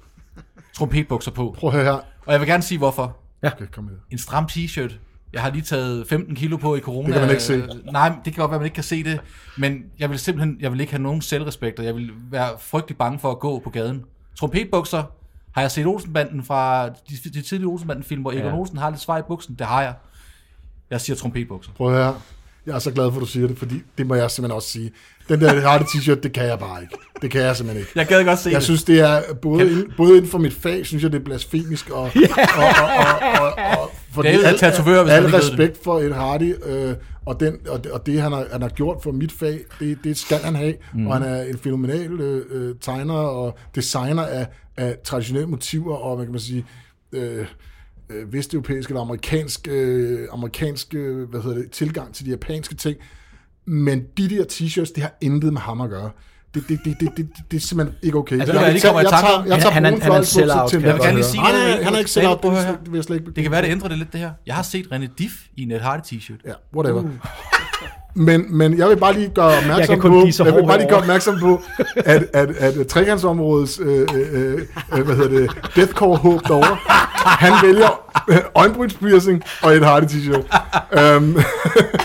trompetbukser på.
Prøv at høre her.
Og jeg vil gerne sige, hvorfor.
Okay, kom med.
En stram t-shirt. Jeg har lige taget 15 kilo på i corona.
Det kan man ikke se.
Øh, Nej, det kan godt være, man ikke kan se det. Men jeg vil simpelthen jeg vil ikke have nogen selvrespekt, og jeg vil være frygtelig bange for at gå på gaden. Trompetbukser har jeg set Olsenbanden fra de, de tidlige Olsenbanden-film, hvor Egon
Ja.
Olsen har lidt svej i buksen. Det har jeg. Jeg siger trompetbukser.
Prøv at høre her. Jeg er så glad for, at du siger det, fordi det må jeg simpelthen også sige. Den der harde t-shirt, det kan jeg bare ikke. Det kan jeg simpelthen ikke.
Jeg gad godt se
Jeg
det.
synes, det er både, inden, både inden for mit fag, synes jeg, det er blasfemisk,
[LAUGHS]
og, og, og, og, og, og for
David er tatovør, hvis man
al
ikke ved det.
respekt for Ed Hardy, øh, og, den, og, det, og det, han har, han har gjort for mit fag, det, det skal han have, mm. og han er en fænomenal øh, øh, tegner og designer af, af traditionelle motiver, og hvad kan man sige, øh, øh, vesteuropæisk eller amerikansk, øh, amerikansk øh, hvad hedder det, tilgang til de japanske ting, men de der t-shirts, det har intet med ham at gøre. Det, det, det, det, det, det er simpelhen ikke okay.
ved du, hvad jeg lige kommer i
jeg,
tanke om?
tager, jeg tager
Han- han er-
brune
han er en
fløjlsbukser
sellout,
til
kan jeg
mig.
godt
Jeg vil gerne lige sige
Nej,
noget,
nej,
David.
han er ikke
David,
sellout.
prøv
Det,
at
vil-
høre her.
det vil jeg slet ikke
Det kan være, det ændrer det lidt, det her. Jeg har set René Diff i en et Hardy t-shirt.
Ja, whatever. Uh. [LAUGHS] Men, men jeg vil bare lige gøre
Jeg
opmærksom
kan kun
på,
blive så
jeg vil
hård
bare lige gøre
herovre.
opmærksom på, at, at, at, at trekantsområdets, øh, øh, øh, hvad hedder det, deathcore håb derovre, han vælger øh, øjenbrynspiercing og et hardy t-shirt. Um,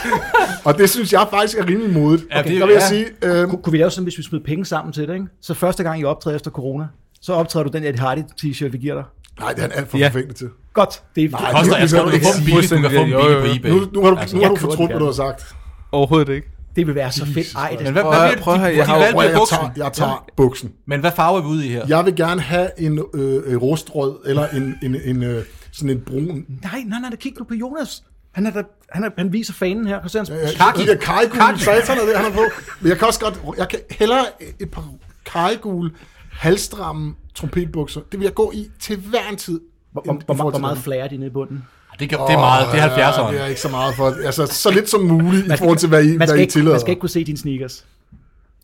[LAUGHS] og det synes jeg faktisk er rimelig modigt.
Ja,
Okay,
det-
der vil jeg
ja.
sige, øh,
Kunne vi lave sådan, hvis vi smed penge sammen til det, ikke? Så første gang I optræder efter corona, så optræder du den Eddie Hardy t-shirt, vi giver dig.
nej, det er han alt for
Ja.
forfængelig til.
Godt, det er
Koster,
det
jeg
kan
skal
du
du
ikke
få en
sige.
billig, du kan få en
Jo, jo,
billig
jo.
på eBay.
Nu, nu har du, nu har
jeg
du
køber
fortrudt,
den
hvad du har sagt.
Åh, Overhovedet ikke.
Det vil være så fedt. Ej, det
Men hvad,
Prøv
hvad
at-
bliver
prøv at
de,
høre,
de,
jeg har jo-
valg
Prøv,
bliver
jeg
buksen?
tager, jeg tager buksen.
Men hvad farve er vi ude i her?
Jeg vil gerne have en øh, øh, rustrød, eller en, en, en, øh, sådan en brun.
Nej, nej, nej, kig nu på Jonas. Han, er der, han, er, han viser fanen her. Kan du se hans
Øh,
Kaki.
De der kajegule sataner, det han har på. Men jeg kan også godt, jeg kan hellere et par kajegule, halstramme trompetbukser. Det vil jeg gå i til hver en tid.
Hvor,
end- i
hvor, hvor,
forhold
hvor
til
meget
den.
flærer de nede i bunden?
Det, kan, det er meget, det er
Åh,
70'erne.
Det er ikke så meget for, altså så lidt som muligt i forhold til, hvad I,
Man
hvad
skal,
I
ikke, man skal
tillader.
ikke kunne se dine sneakers.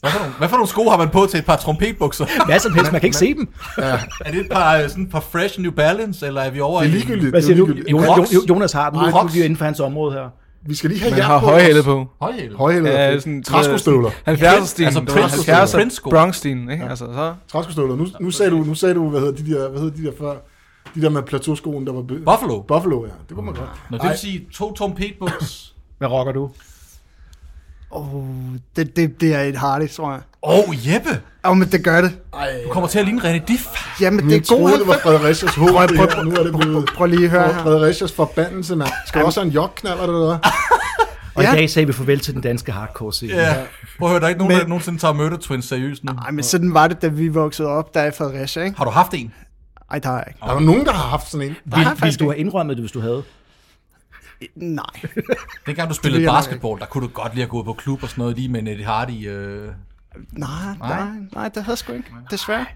Hvad for, nogle, hvad for nogle sko har man på til et par trompetbukser?
Hvad som helst, man kan ikke se dem.
[LAUGHS] er det et par, øh, sådan et par fresh New Balance, eller er vi over
Det er
i-
ligegyldigt.
Hvad
det er
siger du?
ligegyldigt.
Jonas,
Crocs?
Jo- Jonas har dem. Nu
Nej,
er
Crocs.
vi jo inden for hans område her.
Vi skal lige have
Han
jer
har
på.
højhæle på.
Højhælet.
Højhæle.
Ja,
Ja,
sådan-
træskostøvler.
Han
Prince- altså
altså
Prince-
Prince,
Prince-sko.
Bronx-stilen, ikke? Altså, så...
Træskostøvler. Nu, nu, sagde du, nu sagde du, hvad hedder de der, hvad hedder de der før? De der med plateauskoen, der var... be-
Buffalo.
Buffalo, ja. Det kunne man godt.
Nå, det vil sige to trompetbuks.
Hvad rocker du?
Oh, det, det, det er et hardigt, tror jeg.
Åh, oh, Jeppe!
Åh, oh, men det gør det.
Du kommer til at ligne René Diff.
Jamen,
Det
det
jeg
er
troede,
god
det var Fredericias hoved, det her, og nu er det blevet
Prøv lige at høre her.
Fredericias forbandelse, mand. Skal du også have en jokknaller eller hvad?
Og
Ja.
i dag sagde vi farvel til den danske hardcore scene.
Ja. Prøv at høre, der er ikke nogen,
Men-
der nogensinde tager Murder Twins seriøst nu.
Nej, men sådan var det, da vi voksede op, der er i Fredericia, ikke?
Har du haft en?
Ej, der er jeg ikke.
Der er jo nogen, der har haft sådan en.
Nej,
Vil, ville
faktisk
du have indrømmet det, hvis du havde?
Nej.
Dengang du
Det
spillede
ved jeg nok
basketball, der kunne du godt lige have gået på klub og sådan noget, lige med Nettie Hardy. Øh...
[LAUGHS]
Nej, nej, nej, det havde jeg sgu ikke. Desværre.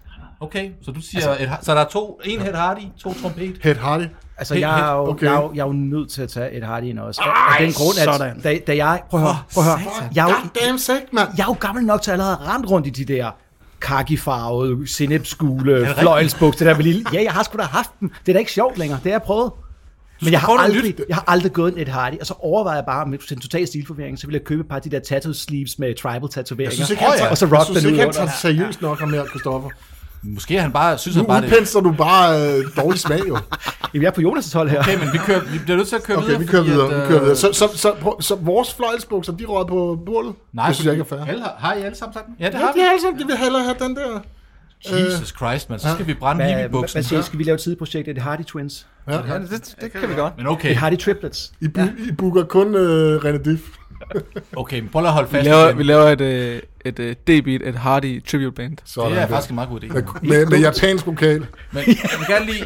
Okay, så du siger, altså, et, har- så der er to, en Head Hardy, to trompet.
Head Hardy.
Altså,
Helt-
jeg, er jo,
okay.
okay. jeg, er jo, jeg er jo nødt til at tage et hard ind også. Ej, af den grund,
sådan.
at da, da jeg... Prøv at høre, prøv at høre. Jeg er, jo,
Damn sick, mand.
jeg er jo gammel nok til at allerede have rendt rundt i de der kakifarvede, sinepsgule,
rigtigt?
fløjelsbukser, der var lille. Ja, jeg har sgu da haft dem. Det er da ikke sjovt længere. Det har jeg prøvet. Men jeg har,
prøve noget
aldrig,
nyt.
jeg har aldrig gået en et hardy, og så overvejede jeg bare, om til en total stilforvirring, så ville jeg købe et par af de der tattoo sleeves med tribal tatoveringer,
Jeg synes ikke, han
Åh, ja.
tager,
og så
jeg
rock
synes
den ud
ikke, han
under.
tager seriøst nok ham her, Christoffer.
Måske han bare synes,
Nu
han bare det.
udpenser du bare øh, dårlig smag,
[LAUGHS]
jo.
Jamen, jeg er på Jonas' hold her.
Okay, men vi, kører, vi bliver nødt til at køre
Okay,
videre.
vi kører
fordi
videre.
at,
Vi kører
øh,
videre. Så, så, så, prøv- så vores fløjelsbukser, de røg på bålet?
Nej,
det synes jeg
fordi-
ikke er fair.
Alle, har- har I alle sammen sagt den? Ja, det
Ja,
har
de
vi.
er alle sammen, de vil hellere have den der.
Jesus Christ, man. Så skal vi brænde
Hvad,
hippie
hvad,
buksen.
hvad siger, I? skal vi lave et sideprojekt af det Hardy Twins?
Ja, det, det, det kan vi godt.
Men okay,
Det Hardy Triplets.
I, bu- I booker kun øh, René Diff.
okay, men prøv lige at holde
Vi
fast.
laver,
igen.
vi laver et, øh, et, øh, D-beat, et Hardy tribute band.
Sådan
det er
der.
faktisk en meget god idé.
Med, med, med japansk vokal.
Men jeg vil gerne lige...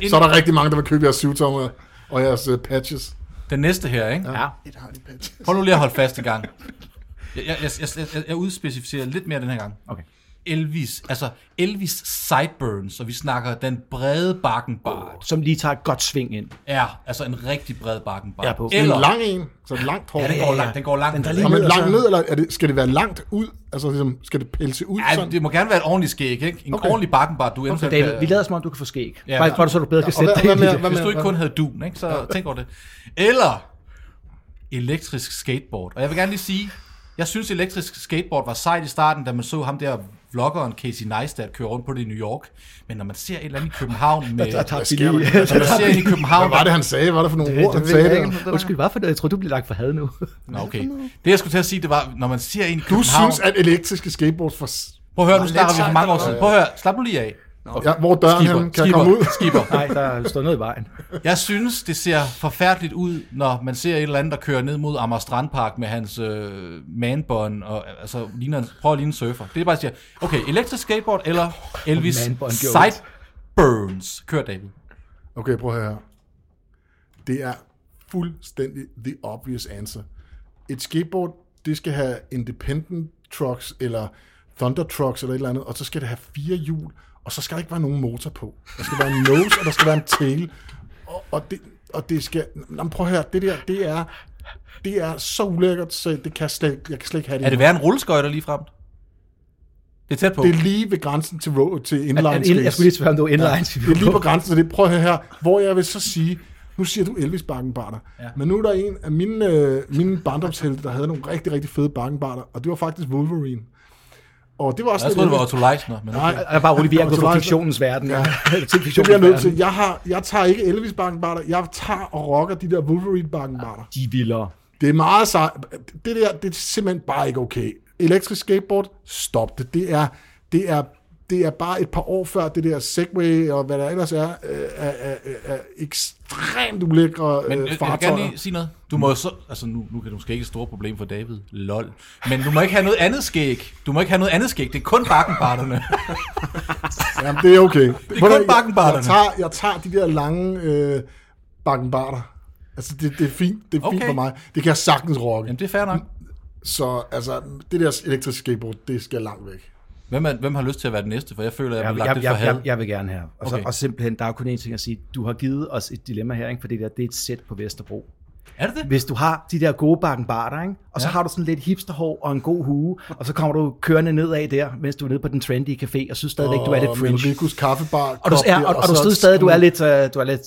Den,
Så er der rigtig mange, der vil købe jeres syvtommer og jeres øh, patches.
den næste her, ikke?
Ja.
Et Hardy patches.
Prøv nu lige at holde fast i gang. Jeg, jeg, jeg, jeg, jeg, jeg udspecificerer lidt mere den her gang.
Okay.
Elvis, altså Elvis sideburns, og vi snakker den brede bakkenbart,
Som lige tager et godt sving ind.
er altså en rigtig bred bakkenbart.
Jeg er på.
En
Eller,
lang en, så et langt hår.
ja, den går langt, den går langt. Den
Lige men langt ned, eller er det, skal det være langt ud? Altså, ligesom, skal det pælse ud ja,
Ja,
sådan? Det,
det må gerne være et ordentligt skæg, ikke? En okay. ordentlig bakkenbart, du eventuelt
David,
kan-
vi lader som om, du kan få skæg.
Ja.
Ja, Bare for, så du bedre kan
og
sætte
hvad-
dig
hvad
ind i
med-
det.
hvad
Hvis du ikke kun havde dun, ikke? så tænk over det. Eller elektrisk skateboard. Og jeg vil gerne lige sige, jeg synes elektrisk skateboard var sejt i starten, da man så ham der vloggeren Casey Neistat køre rundt på det i New York. Men når man ser et eller andet i
[LAUGHS]
København med...
Der tager
Hvad
vi
sker
lige-
der?
der
Når man
tager
ser en i
hvad
København...
var det, han sagde? Var det for nogle ord, han sagde der?
vi- Undskyld, hvorfor? Jeg tror, du bliver lagt for had nu.
Nå, okay. Det jeg skulle til at sige, det var, når man ser en i
Du
København...
synes, at elektriske skateboards for...
Prøv at høre, nu snakker vi for mange år siden. Prøv at høre, slap nu lige af.
Ja, hvor døren
Skipper,
han kan jeg
skipper,
komme ud? [LAUGHS]
skipper.
Nej, der står noget i vejen.
Jeg synes, det ser forfærdeligt ud, når man ser et eller andet, der kører ned mod Amager Strandpark med hans øh, manbånd, og øh, altså, ligner, en- prøver at ligne en surfer. Det er bare, at jeg siger, okay, elektrisk skateboard eller Elvis
Manbånd jokes.
sideburns. Kør, David.
Okay, prøv at høre. her. Det er fuldstændig the obvious answer. Et skateboard, det skal have independent trucks, eller thunder trucks, eller et eller andet, og så skal det have fire hjul, og så skal der ikke være nogen motor på. Der skal være en nose, og der skal være en tail. Og, og, det, og det skal... Nå, men prøv at høre, det der, det er... Det er så ulækkert, så det kan jeg slet, ikke- jeg kan slet ikke have det.
Er det
endnu.
værre en rulleskøjter lige frem? Det er tæt på.
det er lige ved grænsen til, road, til
At-
inline
at ind- Jeg skulle
skates.
lige spørge, om du var inline. Ja,
Det er lige på grænsen til det. Prøv at høre her, hvor jeg vil så sige, nu siger du Elvis bakkenbarter, ja. men nu er der en af mine, øh, mine barndomshelte, der havde nogle rigtig, rigtig fede bakkenbarter, og det var faktisk Wolverine. Og det var også
Jeg
lidt
troede, det var
Elvis-
Otto Leisner, men okay.
Nej,
Jeg er bare rolig, vi er gået fra
Autolejser.
fiktionens verden. Ja. [LAUGHS] til
det bliver jeg
fiktionens
nødt til.
verden.
Jeg, har, jeg tager ikke Elvis bakkenbarter, jeg tager og rocker de der Wolverine bakkenbarter.
De er vildere.
Det er meget sej. Det der, det er simpelthen bare ikke okay. Elektrisk skateboard, stop det. Det er, det er det er bare et par år før det der Segway og hvad der ellers er, øh, er, er, er, er ekstremt ulækre
Men øh, jeg
øh,
vil gerne
fartøjer.
lige sige noget. Du må jo så, altså nu, nu kan du måske ikke et stort problem for David, lol. Men du må ikke have noget andet skæg. Du må ikke have noget andet skæg. Det er kun
[LAUGHS]
bakkenbarterne.
Jamen, det er okay. Det er
kun bakkenbarterne.
Jeg, jeg, tager, jeg tager de der lange øh, bakkenbarter. Altså, det, det er fint. Det er okay. fint
Okay.
for mig. Det kan jeg sagtens rocke.
Jamen det er fair nok.
Så altså, det der elektriske skateboard, det skal langt væk.
Hvem, er, hvem har lyst til at være den næste? For jeg føler, at jeg
Jeg,
har lagt
jeg,
det for
jeg,
halv.
jeg, jeg vil gerne have. Og, så,
Okay.
og simpelthen, der er kun én ting at sige. Du har givet os et dilemma her, ikke? for det der, det er et sæt på Vesterbro.
Er det det?
Hvis du har de der gode bakkenbarter, ikke? og så
Ja.
har du sådan lidt hipsterhår og en god hue, og så kommer du kørende nedad der, mens du er nede på den trendy café, og synes stadigvæk, du er lidt
Og
fringe.
Melodikus kaffebar.
Og du,
kop
er,
der,
og, og du
så-
synes stadig, du er lidt, øh, du er lidt,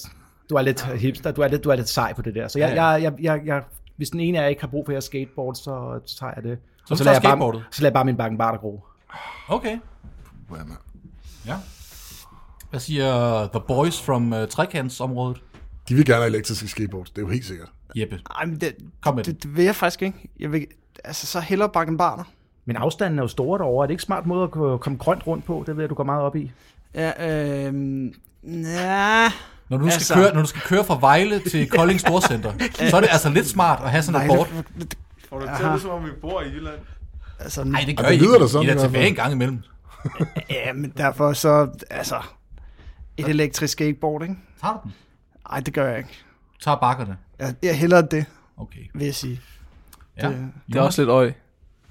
du er lidt hipster, du er lidt, du er lidt sej på det der. Så jeg,
Ja,
jeg, jeg, jeg, jeg hvis den ene af jer ikke har brug for jeres skateboard, så så tager jeg det.
Så
Og
du
lader
tager
jeg bare,
skateboardet?
så lader jeg bare min bakken bare gro.
Okay. Ja. Hvad siger The Boys from uh, Trekantsområdet?
De vil gerne have elektriske skateboards, det er jo helt sikkert.
Jeppe.
Ej, men det,
Kom med
det, det vil jeg faktisk ikke. Jeg vil, altså, så hellere bakke en barter.
Men afstanden er jo store derovre. Er det ikke smart måde at ko- komme grønt rundt på? Det ved jeg, du går meget op i.
Ja, øh, ja,
Når du, nu skal
Altså-
køre, når du skal køre fra Vejle til Kolding Storcenter, så er det altså lidt smart at have sådan et
nej,
board.
det,
Får du til, som om vi bor i Jylland?
altså,
Nej, det gør
det
I
lyder
ikke.
da sådan
I er
i
da
hvert fald.
tilbage en gang imellem.
ja, men derfor så, altså, et elektrisk skateboard, ikke?
Tager du den?
Nej, det gør jeg ikke.
Tager bakkerne.
Jeg, jeg hellere det,
Okay.
vil jeg sige.
Ja.
Det er også lidt øje.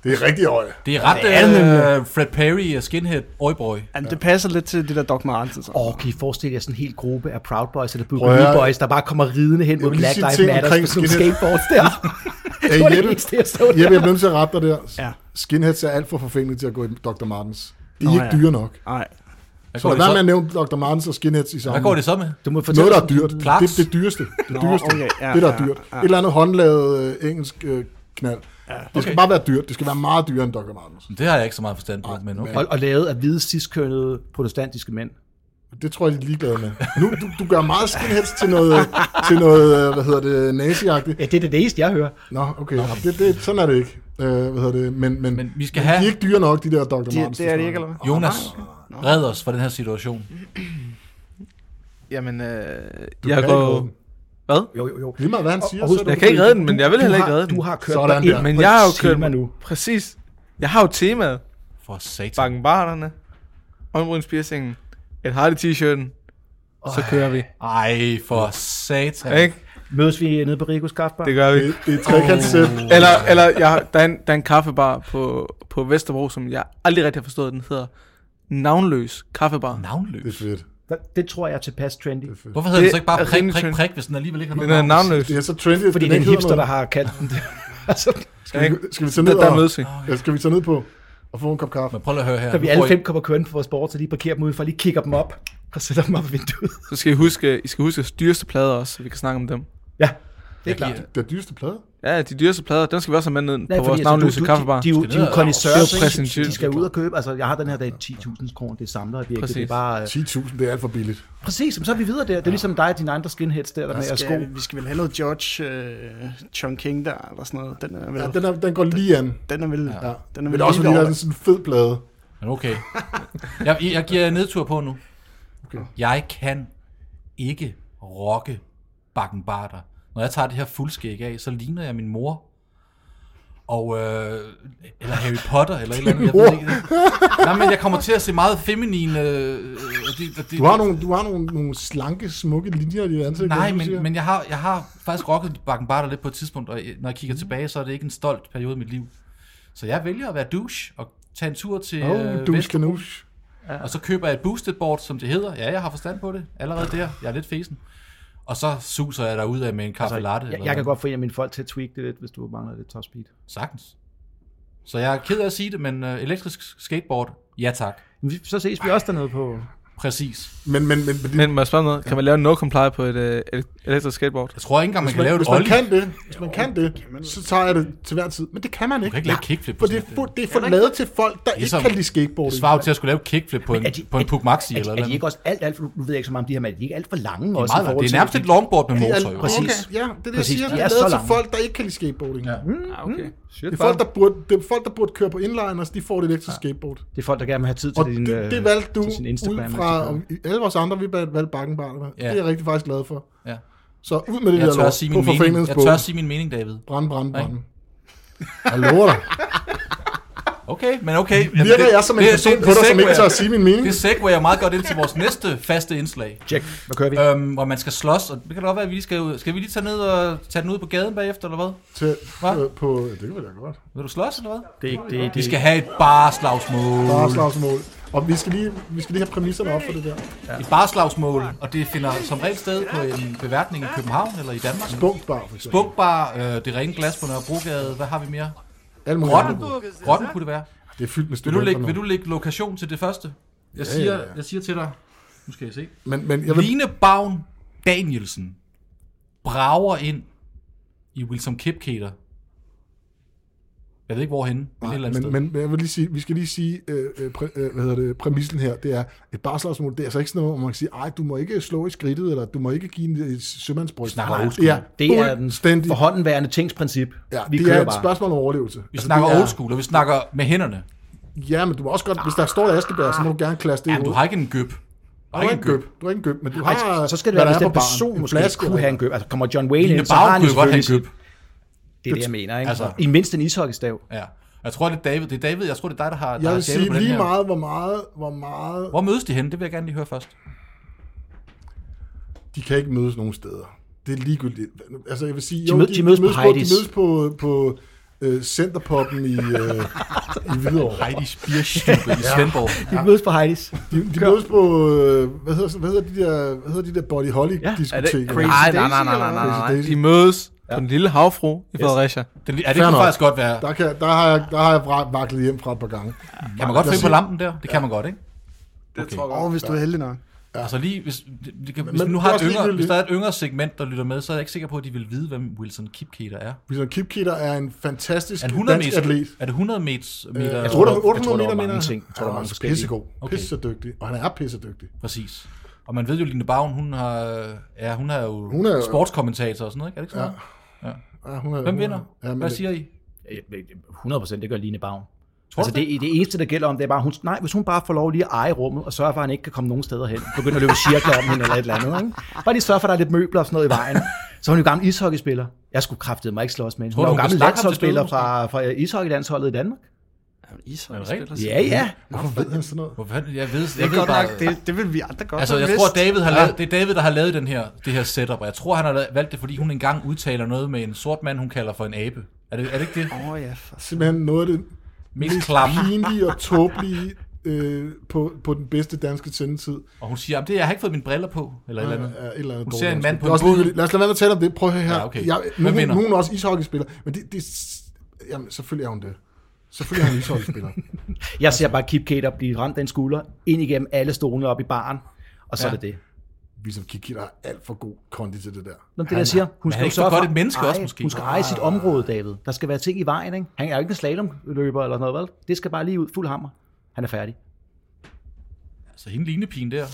Det er rigtig øje.
Det er ret
Ja, det er det
øh, Fred Perry og Skinhead Oyboy.
Jamen, det passer lidt til det der Doc Martens.
Åh, oh, kan I forestille jer sådan en hel gruppe af Proud Boys eller
Prøv at
Boogaloo
høre.
Boys, der bare kommer ridende hen mod
vil lige
Black
sige
Lives
ting
Matter
omkring
på sådan nogle
skinhead.
skateboards der.
Hey,
det var det
Jeppe,
eneste, [LAUGHS] jeg så der.
Jeppe, jeg bliver nødt til at rette dig der.
Ja.
Skinheads er alt for forfængelige til at gå i Dr. Martens. De er
Nå,
ikke
ja.
dyre nok.
Nej,
Hvad
Så
går,
lad
det
være med
så?
at nævne Dr. Martens og skinheads i sammen.
Hvad går det så med?
[LAUGHS] Du må
Noget,
fortælle
der
os
er dyrt.
Clarks?
Det, det er dyreste. Det
Nå,
dyreste.
okay, ja,
det, der er
ja,
dyrt.
ja.
Et eller andet håndlavet øh, engelsk øh, knald. Det skal
okay.
bare være dyrt. Det skal være meget dyrere end Dr. Martens.
Det har jeg ikke så meget forstand på, men okay.
og, og lavet af hvide, ciskønnede protestantiske mænd.
Det tror jeg, de er ligeglade med. Nu, du, du gør meget skinheads til noget, øh, til noget øh, hvad hedder det, naziagtigt.
Ja, det er det eneste, jeg hører.
Nå, okay. Det, det, sådan er det ikke. Øh, hvad hedder det? Men, men,
Men vi skal
de er
have
ikke dyre nok, de der Dr.
det,
Martens.
det er det ikke, eller hvad?
Jonas. Red os fra den her situation.
Jamen,
Du
øh, jeg
kan ikke redde
går...
den.
Hvad?
Jo, jo, jo.
Lige meget hvad han siger,
og husk,
så er
Jeg
det
kan ikke
okay.
redde den, men jeg vil
Du
heller ikke
har-
redde den.
Du har kørt
Sådan
dig ind
der.
på
Men
et
jeg har jo kørt
tema
mig
nu.
nu. Præcis. Jeg har jo temaet.
For satan.
Bakkenbarterne. Håndbrynspiercingen. Et hard t-shirten. Så kører vi.
Ej, for satan.
Ikke?
Mødes vi nede på Rigos Kaffebar?
Det gør vi.
Det, det er et trekantssæt.
Eller, eller jeg, der, er en, der er en kaffebar på, på Vesterbro, som jeg aldrig rigtig har forstået. Den hedder Navnløs Kaffebar.
Det
Navnløs.
er fedt.
Det- Det tror jeg er tilpas trendy.
Hvorfor hedder den
Det
så ikke bare
er
prik,
rimelig
prik,
tynd.
prik, hvis den alligevel ikke har
Den er
noget navn?
navnløs.
Det er så trendy, at
Fordi
den
det er
ikke
en
hedder
hipster, der
noget.
har kaldt
[LAUGHS]
den det. altså,
Skal vi, skal vi tage ned
Der, der
og,
mødes vi.
ja, skal vi tage ned på og få en kop kaffe?
Men prøv lige at høre her.
da vi
Nu
alle
får I-
fem kommer kørende på vores borg, så lige parkerer dem ud for lige kigger dem op og sætter dem op i vinduet. [LAUGHS]
Så skal I huske, I skal huske jeres dyreste plader også, så vi kan snakke om dem.
Ja, det
Jeg
er klart.
giver-
Den dyreste plade?
Ja, de dyreste plader, dem skal vi også have med ned på vores
fordi, altså,
navnløse
du- du-
kaffebar.
De, de, de, de, de er jo
Det er
connoisseurs,
jo
ikke? de, de
præsentører.
skal ud og købe. Altså, jeg har den her dag 10.000 kroner, det samler jeg virkelig.
Præcis.
Det er bare, øh,
10.000, det er alt for billigt.
præcis, men så er vi videre der. Det er ligesom dig og dine andre skinheads der, der med
Der
at sko.
skal, vi skal vel have noget George øh, Chong King der, eller sådan noget. Den er vel...
Ja, den, er, den går lige an.
den er vel... Ja. Den er
Men
vel
også fordi
lige
der er
derovre.
sådan en fed plade.
Men okay. Jeg, jeg giver nedtur på nu. Okay. Jeg kan ikke rocke bakkenbarter. Når jeg tager det her fuldskæg af, så ligner jeg min mor. Og, øh, eller Harry Potter, eller et eller andet. Jeg ved ikke. Nej, men jeg kommer til at se meget feminin. Øh, øh, og det, og det,
Du har nogle, du har nogle, nogle slanke, smukke linjer i dit ansigt.
Nej,
kan du sige?
men, men jeg, har, jeg har faktisk rocket bakkenbarter lidt på et tidspunkt, og øh, når jeg
Mm.
kigger tilbage, så er det ikke en stolt periode i mit liv. Så jeg vælger at være douche og tage en tur til
Oh,
øh,
du
Vest-
skal nu.
Og så køber jeg et boosted board, som det hedder. Ja, jeg har forstand på det. Allerede der. Jeg er lidt fesen. Og så suser jeg derud af med en kaffe latte.
Altså, Jeg,
eller
jeg kan
hvad.
godt få en af mine folk til at tweak det lidt, hvis du mangler lidt top speed.
Sagtens. Så jeg er ked af at sige det, men øh, elektrisk skateboard, ja tak.
Men vi- Så ses vi også dernede på...
Præcis.
Men, men, men, men,
Men må jeg spørge om noget? Kan man lave en no-comply på et øh, elek- elektrisk skateboard?
Jeg tror ikke engang, man
hvis
kan
man,
lave et
hvis man
ollie.
kan det, hvis man kan det, så tager jeg det til hver tid. Men det kan man ikke.
kan ikke lave kickflip på
For det er,
sådan et,
for, det er for lavet til folk, der
Ligesom-
ikke kan lide skateboard.
Det svarer jo til at skulle lave kickflip på en,
Er de-
på en
er-
Puk Maxi
er de-
eller
Er de
noget.
ikke også alt, alt, nu ved jeg ikke så meget om de her, men er de ikke alt for lange det også? i
Meget,
forhold
det er
til-
nærmest et longboard med
Det er-
motor. jo.
Præcis.
Okay, ja, det er det, jeg
Præcis,
siger.
de
Det er
er så
lavet til
lange.
folk, der ikke kan lide skateboarding.
Ja.
Ja.
Ah, okay. Shit,
Det er folk, der burde, det er folk, der burde køre på inliners, de får det elektriske skateboard.
Det er folk, der gerne vil have tid til
Og
din...
det, det
øh,
valgte du
til sin
ud
Instagram,
fra,
Instagram.
om alle vores andre, vi valgte bakkenbarnet. Ja. Det er jeg rigtig faktisk glad for.
Ja.
Så ud med det
Jeg
der
tør
lort
at sige
på
min mening. Jeg tør
forfængelighedsbogen.
at sige min mening, David.
Brand, brand, brand. Jeg lover dig.
Okay, men okay. [LAUGHS] Jamen,
Virker jeg som en
det-
person
det-
på
det
dig, som ikke
segwayer-
tør at sige min mening?
Det segwayer meget godt ind til vores næste faste indslag,
Check, hvad kører vi?
øhm, hvor man skal slås, og det kan da godt være, at vi lige skal ud. Skal vi lige tage, ned og, tage den ud på gaden bagefter, eller hvad?
Til,
Hva?
øh, på, det kan vi da godt.
Vil du slås, eller hvad?
Det er ikke... Det, det,
Vi skal have et barslagsmål.
Bare slagsmål. Og vi skal lige, vi skal lige have præmisserne op for det der.
Et barslagsmål, og det finder som regel sted på en beværtning i København eller i Danmark.
Bunkbar, for eksempel.
Bukbar, øh, det rene glas på Nørrebrogade, hvad har vi mere?
Alt muligt
Rotten,
andet.
Rotten kunne det være.
Det er fyldt med
Vil du, lægge,
studenter
vil
nu.
du lægge lokation til det første? Jeg
Ja,
siger,
ja, ja.
jeg siger til dig, nu skal jeg se.
Men, men jeg vil,
Line Bavn Danielsen brager ind i Wilson Kipketer. Jeg ved ikke, hvorhenne, men et eller andet
men,
sted.
men, men jeg vil lige sige, vi skal lige sige, øh, øh, præ, øh, hvad hedder det, præmissen her, det er et barslagsmål, det er altså ikke sådan noget, hvor man kan sige, ej, du må ikke slå i skridtet, eller du må ikke give en øh, sømandsbryst.
Snakker old school.
det er,
det er den
fuldstændig-
forhåndenværende tingsprincip.
Ja,
vi
det
kører
er et
bare.
spørgsmål om overlevelse. Altså,
vi snakker
det er-
old school, og vi snakker med hænderne.
Ja, men du må også godt, hvis der står et Askebær, så må du gerne klasse det i
Ah. Jamen, du
hovedet.
har ikke en gøb. Du har
Du
ikke
har
en gøb.
Du har ikke en gøb, men du har,
Ej, så skal det
Ah, hvad
være, hvis
der er
den
på baren,
person
en
måske
flaske,
kunne
eller-
have en køb. Altså, kommer John Wayne
Line
ind, så har
Bavn
han
kunne jo godt have en
selvfølgelig sit-
gøb.
Det er det, jeg mener, ikke?
Altså-
Altså, I mindst en ishockeystav.
Ja. Jeg tror, det er David. Det er David. Jeg tror, det er dig, der har, der
Jeg
har jabbet på
vil sige
den
lige
her.
meget, hvor meget, hvor meget,
Hvor mødes de henne? Det vil jeg gerne lige høre først.
de kan ikke mødes nogen steder. Det er ligegyldigt. Altså, jeg vil sige,
De mød- de mødes på
de
Heidi's.
mødes på, på øh, Centerpoppen i, øh, i Hvidovre.
Heidi Spierstube i Svendborg.
Vi mødes på Heidi's.
De, de mødes på, øh, hvad, hedder, hvad, hedder de der, hvad hedder de der Body Holly
Ja, er det
Er det
diskoteker?
Crazy Daisy? Nej, nej, nej, nej,
Crazy
nej, nej.
Daisy.
De mødes på den lille havfru i Fredericia.
Den, ja, det
Fair
kunne
nok.
faktisk godt være.
Der, kan, der, har jeg, der har jeg vra- vaklet hjem fra et par gange.
Kan man godt
Jeg
finde på
siger-
lampen der? Det kan man godt, ikke?
Det tror jeg
Åh, oh, hvis du er heldig nok.
Altså lige, hvis, det, det kan, hvis,
Men
man nu
det
har
er
et
også
yngre,
ligegyldigt.
hvis der er et yngre segment, der lytter med, så er jeg ikke sikker på, at de vil vide, hvem Wilson Kipketer er.
Wilson Kipketer er en fantastisk
Er det
er
100
dansk
meter?
atlet. Øh, altså-
Er det 100 meters, meter?
Jeg
tror,
tror,
der-
der
jeg
800
tror, der var
meter,
mange
mener jeg.
ting. Jeg tror, der var mange
er
forskellige.
pissegod.
Okay.
Pissedygtig. Og han er pissedygtig.
Præcis. Og man ved jo, Line Bavn, hun har, ja, hun er jo hun
Hun er
er,
jo-
sportskommentator og sådan noget, ikke? Er det ikke sådan?
Ja, hun er,
Hvem
hun er-
vinder?
Ja, men
Hvad
det-
siger I?
100 Øh, procent, det gør Line Bavn.
Tror
altså
du det?
det, det eneste, der gælder om, det er bare, hun, nej, hvis hun bare får lov lige at eje rummet, og sørger for, at han ikke kan komme nogen steder hen, begynder at løbe cirkler om hende eller et eller andet, ikke? bare lige sørge for, at der er lidt møbler og sådan noget i vejen. Så er hun jo gammel ishockeyspiller. Jeg skulle kraftede mig ikke slås med hende. Hun
Tror
er
du,
jo
hun kan
gammel
snakke ham til døde,
landsholdsspiller fra, fra øh, ishockeylandsholdet i Danmark.
Er det rigtigt?
Ja, ja.
Hvorfor ved han sådan noget?
Hvorfor fanden? Jeg ved,
Det
jeg
er
ved
godt
bare...
nok, det, det vil vi andre godt
Altså, jeg
have
tror,
vidst.
David har lavet, det er David, der har lavet den her, det her setup, og jeg tror, han har la- valgt det, fordi hun engang udtaler noget med en sort mand, hun kalder for en abe. Er det, er det ikke det?
Åh, oh, ja, for
Simpelthen noget af det
Mest klamme.
pinlige og
[LAUGHS]
tåbelige øh, på, på den bedste danske sendetid.
Og hun siger, "Jamen, det, jeg har ikke fået mine briller på, eller et eller andet.
Ja, et eller
Hun
andet dårligt
ser en mand på en
undskyld. Det er også
båd.
ligegyldigt. Lad os lade være med at tale om det. Prøv at høre her.
Ja, okay.
Jeg, nu,
Hvem vinder?
hun, hun er også ishockeyspiller, men det, det, jamen, selvfølgelig er hun det. Selvfølgelig er hun
[LAUGHS]
ishockeyspiller.
Jeg ser bare Kip Kater blive ramt af en skulder, ind igennem alle stolene op i baren, og så
Ja.
er det det.
Vi som Ligesom Kiki, der er alt for god kondi til det der.
Nå, det der siger,
er
hun skal
han
jo
ikke for
sørge
godt
for
et menneske
at
også,
eje-
måske?
Hun skal eje sit område, David. Der skal være ting i vejen, ikke? Han er jo ikke en slalomløber eller noget, vel? Det skal bare lige ud, fuld hammer. Han er færdig.
Så hende lignepigen der.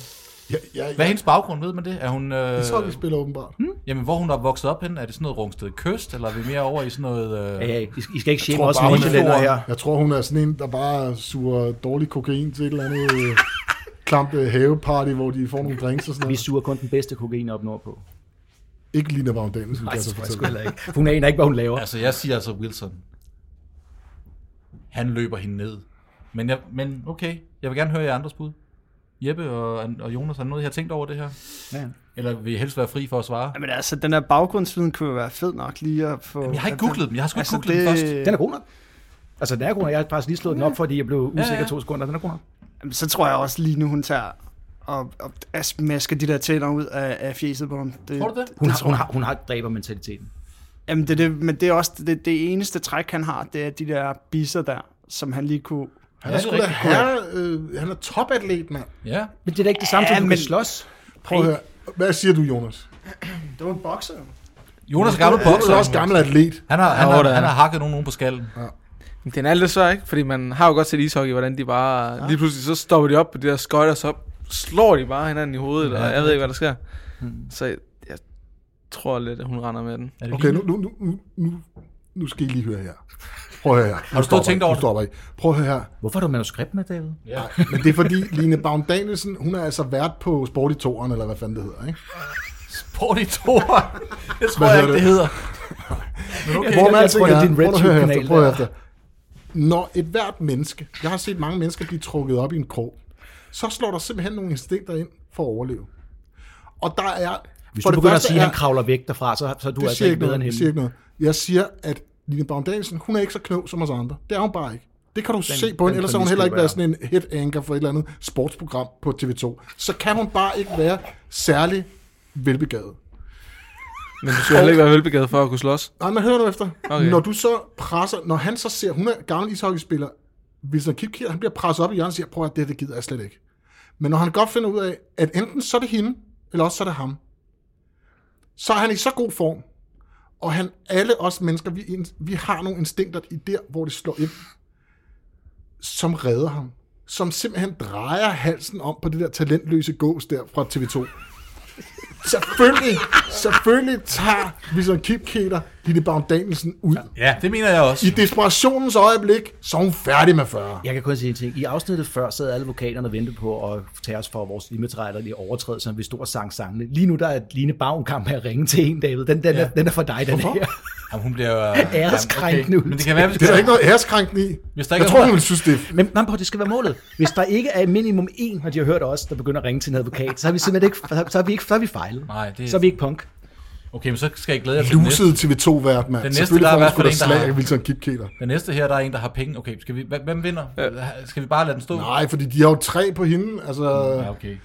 Ja, ja,
Hvad er
ja.
hendes baggrund, ved man det? Er hun, øh,
Ishockeyspiller åbenbart.
Hmm?
jamen, hvor hun er vokset op hen? Er det sådan noget Rungsted Kyst, eller er vi mere over i sådan noget...
Ja,
Øh,
ja, I skal- I skal ikke shame
tror
os
bare, hun er
nordsjællænder her.
Jeg tror, hun er sådan en, der bare suger dårlig kokain til et eller andet øh, klamt øh, haveparty, hvor de får nogle drinks og sådan
Vi
noget.
suger kun den bedste kokain op nordpå.
Ikke Lina Vagn Danielsen, kan jeg så fortælle.
ikke. [LAUGHS] Hun aner ikke, hvad hun laver.
altså, jeg siger altså Wilson. Han løber hende ned. Men, jeg, men okay, jeg vil gerne høre jer andres bud. Jeppe og, og Jonas, har I noget, I har tænkt over det her?
Ja.
Eller vil I helst være fri for at svare?
Jamen altså, den her baggrundsviden kunne jo være fed nok lige at få... Altså, Jamen,
jeg har ikke googlet dem. Jeg har sgu ikke
altså,
googlet dem først.
Den er god nok. Altså, den er god nok. Jeg har faktisk lige slået den op, fordi jeg blev usikker
Ja, ja.
to sekunder. Den er god nok.
Jamen, så tror jeg også lige nu, hun tager og, og as- masker de der tænder ud af, af fjeset på ham. Det,
Tror du det?
Hun, hun, har, hun har dræbermentaliteten.
Jamen, det, er det, men det er også det, det eneste træk, han har, det er de der bisser der, som han lige kunne
Han
Ja,
er
det er
sgu da
rigtigt.
herre, øh, han er topatlet, mand.
Ja.
Men det er da ikke det samme, som
Ja,
du
men-
kan slås.
Prøv at høre. Hvad siger du, Jonas?
Det var en bokser.
Jonas er gammel
Du
bokser.
er også gammel atlet.
Han har, han,
Ja,
har,
det er
han
han.
har hakket nogen, nogen på skallen.
Men Den er lidt svær, ikke? Fordi man har jo godt set ishockey, hvordan de bare... Ja. Lige pludselig så stopper de op på de der skøjter, så slår de bare hinanden i hovedet, ja, og jeg ved ikke, hvad der sker. Hmm. Så jeg tror lidt, at hun render med [LAUGHS] den.
Er det
Okay,
lige-
nu, nu, nu- nu, nu, nu skal I lige høre her. Prøv at høre her. Har
du stået og tænkt over det?
Stopper I. Prøv at høre her.
Hvorfor har du manuskript med, David?
Ja.
Men det er fordi, Line Baum Danielsen, hun er altså vært på Sport i toren, eller hvad fanden det hedder, ikke?
Sport i toer. Det tror
Hvad
jeg ikke,
hedder
det hedder.
Jeg- jeg- jeg tror, det er din
prøv at høre
RedTube-kanal,
efter, prøv at
det
høre efter. Når et hvert menneske, jeg har set mange mennesker blive trukket op i en krog, så slår der simpelthen nogle instinkter ind for at overleve. Og der er...
Hvis
for
du
det
begynder at
første
sige, at
er-
han kravler væk derfra, så, så er du
det
altså
siger
ikke
ikke
bedre
noget,
end
det
hende.
siger ikke noget. Jeg siger, at Line Baum Danielsen, hun er ikke så klog som os andre. Det er hun bare ikke. Det kan du den, se på hende,
den
ellers har hun
præmis
heller ikke
skulle
været sådan en head anchor for et eller andet sportsprogram på TV2. Så kan hun bare ikke være særlig velbegavet.
Men du skal heller ikke være velbegavet for at kunne slås.
Nej, men hør nu efter. Okay.
Okay.
Når du så presser, når han så ser, hun er gammel ishockeyspiller, hvis han kigger, han bliver presset op i hjørnet og siger, prøv at høre, det, det gider jeg slet ikke. Men når han godt finder ud af, at enten så er det hende, eller også så er det ham, så er han i så god form, og han, alle os mennesker, vi, ind- vi har nogle instinkter i der, hvor det slår ind, som redder ham. Som simpelthen drejer halsen om på det der talentløse gås der fra TV2. Selvfølgelig, selvfølgelig tager Wilson Kipketer Ditte Baum Danielsen ud.
Ja, det mener jeg også.
I desperationens øjeblik, så er hun færdig med 40.
Jeg kan kun sige en ting. I afsnittet før sad alle advokaterne og ventede på at tage os for vores limitretterlige overtrædelser, hvis du sang sangene. Lige nu der er Line Baum-kamp at ringe til en, David. Den, den, ja. er, den er for dig, den her.
Jamen, hun
[LAUGHS]
bliver...
Æreskrænkende
Jamen,
ud.
Men det kan være, hvis
Det er der ikke noget æreskrænkende i.
Hvis der ikke
Jeg
er
tror,
nogen-
hun ville synes, det er
Men nej, på, det skal være målet. Hvis der ikke er minimum en, når de har hørt os, der begynder at ringe til en advokat, så har vi simpelthen ikke, så- så har vi ikke, så har vi fejlet.
Nej, det-
Så er vi ikke punk.
Okay, men så skal jeg glæde jer til den næste.
luset TV2-vært, mand.
Den næste,
Selvfølgelig
der er
får
i
hun
hvert
sgu
fald
da
en, der
slag
har-
af Wilson Kipketer.
Den næste her, der er en, der har penge. Okay, skal vi, hvem hvem vinder? Skal vi bare lade den stå?
Nej, fordi de har jo tre på hende. Altså,
Ja, okay.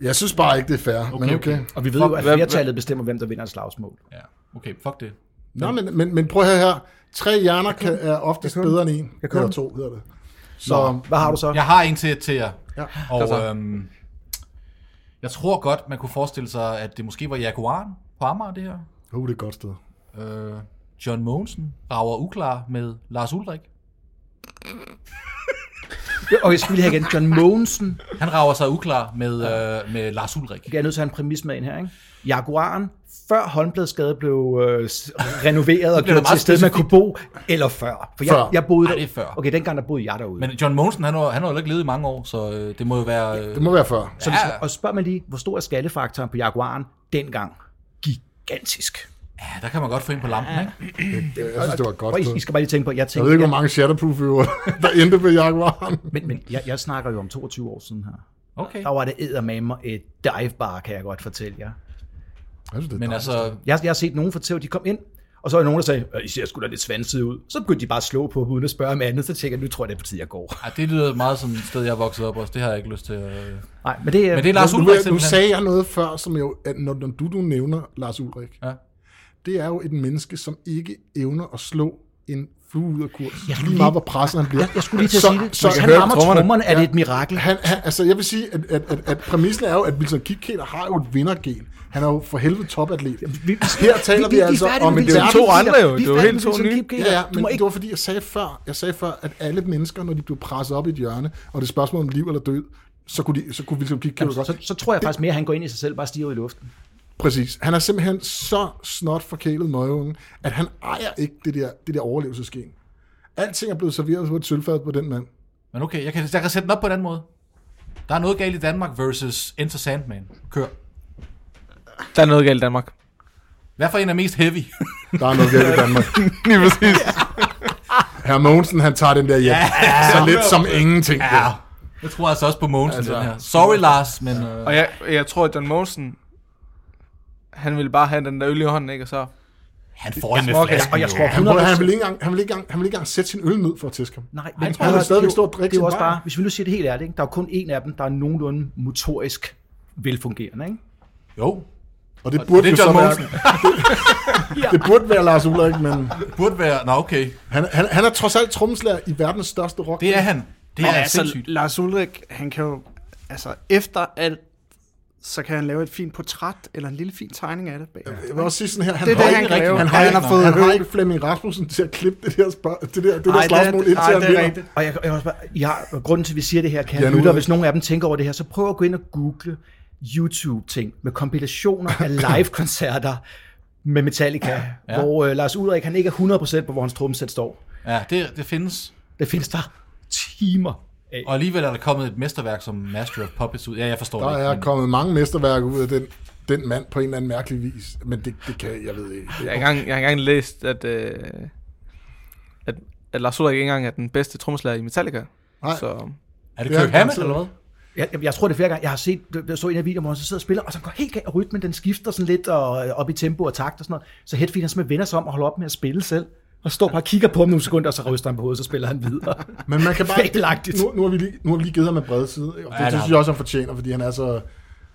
jeg synes bare ikke, det er fair. Okay, men okay. okay.
Og vi ved jo, at
hvad-
flertallet bestemmer, hvem der vinder et slagsmål.
Ja. Okay, fuck det.
Nå, men, men, men prøv at høre her. Tre hjerner kan, er oftest bedre end en. Eller to, hedder det. Så, Nå.
Hvad har du så?
Jeg har en til, til jer.
Ja.
Og øhm, jeg tror godt, man kunne forestille sig, at det måske var Jaguaren på Amager, det her.
Uh, det er et godt sted.
Øh, John Mogensen rager uklar med Lars Ulrik.
Og jeg skulle lige have igen. John Mogensen.
Han rager sig uklar med, øh, med Lars Ulrik.
Jeg er nødt til at have en præmis med ind her, ikke? Jaguaren, før håndbladsgade blev øh, s- renoveret og
bliver
gjort
meget
til et sted, man
specifikt.
kunne bo, eller før. For jeg,
Før.
jeg boede
Ej,
der.
det er før.
Okay, dengang der boede jeg derude.
Men John Mogensen, han har, han har jo ikke levet i mange år, så øh, det må jo være... Øh,
Det må være før.
Så hvis,
Ja.
og spørg mig lige, hvor stor er skallefaktoren på Jaguaren dengang? Gigantisk.
ja, der kan man godt få ind på lampen, ikke?
Jeg synes, det var et godt
Og I,
sted.
I skal bare lige tænke på, jeg
Jeg ved
tænker,
ikke, hvor
jeg,
mange shatterproof-øver, [LAUGHS] der endte med Jaguaren.
men, men jeg, jeg snakker jo om 22 år siden her.
Okay.
Der var det eddermame et dive bar, kan jeg godt fortælle jer.
Jeg synes, det er
Men
dejligt.
altså,
Jeg, jeg har set nogen fortælle, de kom ind, og så var der nogen, der sagde, "Øh, I ser sgu da lidt svansede ud. Så begyndte de bare at slå på dem, uden at spørge om andet, så tænker jeg, nu tror jeg, det er på tide, jeg går.
ej, det lyder meget som et sted, jeg er vokset op også. Det har jeg ikke lyst til. Øh.
Nej, men det,
Men det er Lars
nu,
Ulrik
nu
simpelthen.
sagde jeg noget før, som jo, at når, når du, du nævner Lars Ulrik,
Ja.
det er jo et menneske, som ikke evner at slå en flue ud af kurs.
Jeg skulle
lige
lige-
meget, hvor pressen han bliver.
Jeg, jeg skulle lige til at sige det. Så, Hvis han
høre
rammer
trommerne.
trommerne, er det et mirakel.
han, han, altså, jeg vil sige, at, at, at, at præmissen er jo, at Wilson Kipketer har jo et vindergen. Han er jo for helvede topatlet. Her taler vi,
er
altså
færdige
om
med
en
Wilson
Det er jo
Kipketer.
to andre jo.
Vi
Det er jo
færdige
helt
med
to
Wilson
nye.
Kipketer.
Ja, ja,
Du
men ikke...
må
det
ikke...
var fordi, jeg sagde før, jeg sagde før, at alle mennesker, når de blev presset op i et hjørne, og det er et spørgsmål om liv eller død, så kunne, de, så kunne Wilson Kipketer godt.
Så, så tror jeg faktisk mere, at han går ind i sig selv, bare stiger ud i luften.
Præcis. Han er simpelthen så snot forkælet møgeunge, at han ejer ikke det der, det der overlevelsesgen. Alting er blevet serveret på et sølvfad på den mand.
Men okay, jeg kan, jeg kan sætte den op på en anden måde. Der er noget galt i Danmark versus Enter Sandman. Kør.
Der er noget galt i Danmark.
Hvad for en er mest heavy? [LAUGHS]
Der er noget galt i Danmark.
Lige præcis.
[LAUGHS] Herr Mogensen, han tager den der hjem. Så lidt som ingenting. Ja.
Jeg tror altså også på Mogensen, altså, den her. Sorry, Lars, men... Øh,
Og jeg, jeg tror, at John Mogensen, han ville bare have den der øl i hånden, ikke? Og så...
han får en med
smager-
flasken.
Og jeg
jo.
tror
Han, prøver,
100
han, vil ikke engang, han, vil ikke engang, han vil ikke engang sætte sin øl ned for at tæske ham.
Nej,
han
men
tror, han vil stadigvæk stå og drikke
det er
sin
jo også
bajer.
bare, hvis vi nu siger det helt ærligt, ikke? der er jo kun en af dem, der er nogenlunde motorisk velfungerende. Ikke?
Jo,
Og det burde
det
det
er
jo
John
så være...
Mogensen.
det, det burde være Lars Ulrik, men
burde være... Nå, okay.
han, han, han er trods alt trommeslager i verdens største rock.
Det er han. Det er
Men
altså,
altså,
sindssygt.
Lars Ulrik, han kan jo, altså efter alt, så kan han lave et fint portræt, eller en lille fin tegning af det bag.
Jeg vil også sige sådan her, han
Det
har
er det,
ikke-
han kan lave.
han har,
Han har fået
han har
høvl.
ikke Flemming Rasmussen til at klippe det der, spørg, det der, det der
Ej, det er-
slagsmål, indtil
ej,
han
det er
vinder.
rigtigt.
Og jeg, jeg også bare, I har, grunden til, at vi siger det her, kan
Ja,
jeg
nu-
lytte, hvis nogen af dem tænker over det her, så prøv at gå ind og google YouTube-ting med kompilationer af
[LAUGHS]
live-koncerter med Metallica, ja. hvor øh, Lars Ulrik, han ikke er 100% på, hvor hans trommesæt står.
Ja, det, det findes.
Det findes der timer af.
Og alligevel er der kommet et mesterværk som Master of Puppets ud. Ja, jeg forstår
Der
det. ikke,
er
men-
kommet mange mesterværker ud af den, den mand på en eller anden mærkelig vis, men det, det kan jeg ved ikke.
Jeg har engang, jeg har engang læst, at, øh, at, at Lars Ulrik ikke engang er den bedste trommeslager i Metallica.
Nej.
Så
Er det
Det er
Kirk Hammett
garanteret.
eller hvad?
Jeg, jeg, jeg tror det er flere gange. Jeg har set, jeg så en af videoerne, hvor han så sidder og spiller, og så går helt galt, og rytmen den skifter sådan lidt og, øh, op i tempo og takt og sådan noget. Så Hetfield han simpelthen vender sig om og holder op med at spille selv. Og står bare og kigger på ham nogle sekunder, og så ryster han på hovedet, så spiller han videre.
Men man
[LAUGHS]
kan bare...
[LAUGHS] Fabelagtigt.
Nu, nu, har vi lige, nu har vi lige givet ham en brede side, ikke? og det,
Ja, det
ja, det
har
synes
vi.
jeg også, han fortjener, fordi han er så...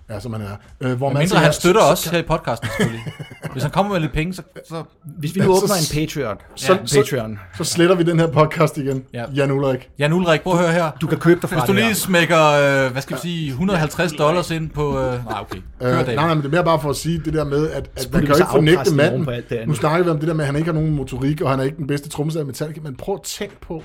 Ja, som han er. Øh, hvor
Men mindre han støtter os her i podcasten selvfølgelig. Hvis han kommer med lidt penge, så, så
Hvis vi nu
Ja, så-
åbner en Patreon,
Så,
Ja,
så, så,
Patreon.
så sletter vi den her podcast igen.
Ja.
Jan Ulrik.
Jan Ulrik, prøv at høre her.
Du kan købe dig fra
Hvis du
det
lige
her.
smækker, øh, hvad skal vi sige, 150 dollars ind på... Øh, nej, okay.
Øh,
Kør
nej,
David.
nej, men det er mere bare for at sige det der med, at, at man
vi
kan jo
så
ikke fornægte
afpresse oven på alt det
manden.
andet.
Nu snakker vi om det der med, at han ikke har nogen motorik, og han er ikke den bedste trommeslager i Metallica, men prøv at tænke på,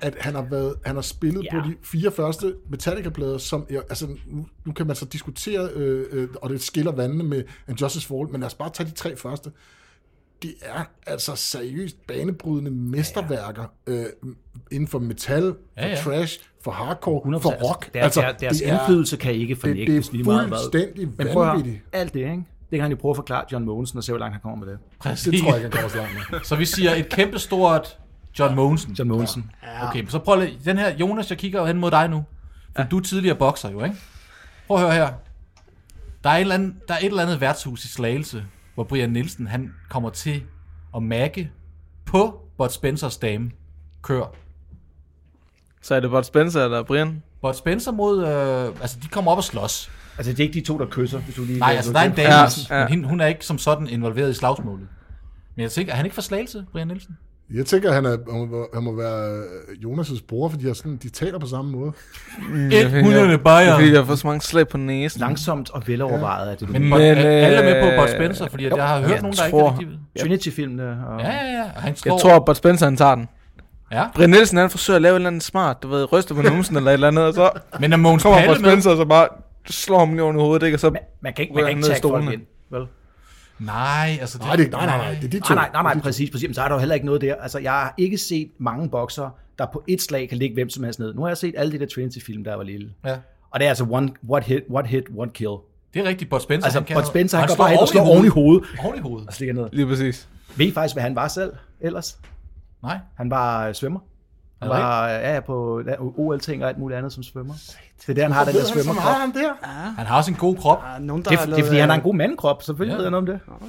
at han har, været, han har spillet
Ja.
på de fire første Metallica-plader, som, ja, altså, nu, nu kan man så diskutere, øh, øh, og det skiller vandene med And Justice for All, men lad os bare tage de tre første. Det er altså seriøst banebrydende mesterværker øh, inden for metal,
Ja, ja.
for trash, for hardcore,
100%.
for rock.
Deres, altså, deres, deres
det er-
indflydelse kan ikke
det, det er
fornægtes lige meget hvad.
fuldstændig
Men prøv at høre,
vanvittigt.
alt det, ikke? det kan han jo prøve at forklare John Mogensen og se, hvor langt han kommer med det.
[LAUGHS] Præcis.
Det tror jeg ikke, han kommer så langt med.
Så vi siger et kæmpe stort John Mogensen.
John Mogensen.
Okay, men så prøv lige, den her, Jonas, jeg kigger hen mod dig nu. For ja. du er tidligere bokser jo, ikke? Prøv at høre her. Der er, et eller andet, der er et eller andet værtshus i Slagelse, hvor Brian Nielsen, han kommer til at mærke på Bud Spencers dame. Kør.
Så er det Bud Spencer eller Brian?
Bud Spencer mod, øh, altså de kommer op og slås.
Altså, det er ikke de to, der kysser, hvis du lige...
Nej, altså der er en dame,
Ja,
ja,
ja.
ja. men hende, hun er ikke som sådan involveret i slagsmålet. Men jeg tænker, er han ikke fra Slagelse, Brian
Mm,
Nielsen?
Jeg tænker, han, er, han, må, han må være øh, Jonas' bror, fordi de, har sådan, de taler på samme måde.
Et hundrede
Det er
bajer.
fordi, vi har fået så mange slag på næsen.
Langsomt og velovervejet er det, du
Men,
men,
men
Men,
øh, alle er med på
øh,
Bud Spencer, fordi at jeg har hørt
jeg
nogen, der
tror-
ikke er rigtig...
Trinity-filmene og...
Ja, ja, ja. og Han
Jeg
tror,
tror, at Bud Spencer han tager den.
Ja,
Brian Nielsen han forsøger at lave et eller andet smart, du ved, ryster på numsen eller et eller andet, og [LAUGHS] så
men er Måns
kommer Bud
Palle med?
Spencer og så bare slår ham lige oven i hovedet, ikke? Og så,
Man, man kan ikke, man
Ryger
kan
han
ikke
ned i
tage folk
stolene.
ind, vel? Ah,
Nej, altså...
Nej, det, nej, nej, nej, det er de to.
Nej, nej, nej, nej, præcis, præcis. Men så er der jo heller ikke noget der. Altså, jeg har ikke set mange bokser, der på et slag kan ligge hvem som helst ned. Nu har jeg set alle de der Trinity-film, der var lille.
Ja.
Og det er altså one, what hit, what hit, one kill.
Det er rigtigt, Bud Spencer.
Altså,
kan-
Bud Spencer, han går
slår
bare hen og slår oven i hovedet.
Oven i hovedet?
Og slikker ned.
lige præcis.
Ved I faktisk, hvad han var selv ellers?
Nej.
Han var øh, svømmer. Han
Er det
var øh, ja, på ja, OL-ting og alt muligt andet som svømmer. Det er der, han har den der
Ved han så meget
svømmerkrop.
om det her?
Han har også en god krop,
Der er nogen, der
Det er, det er, fordi han har en
lavet,
god mandekrop, selvfølgelig
Ja.
ved jeg noget om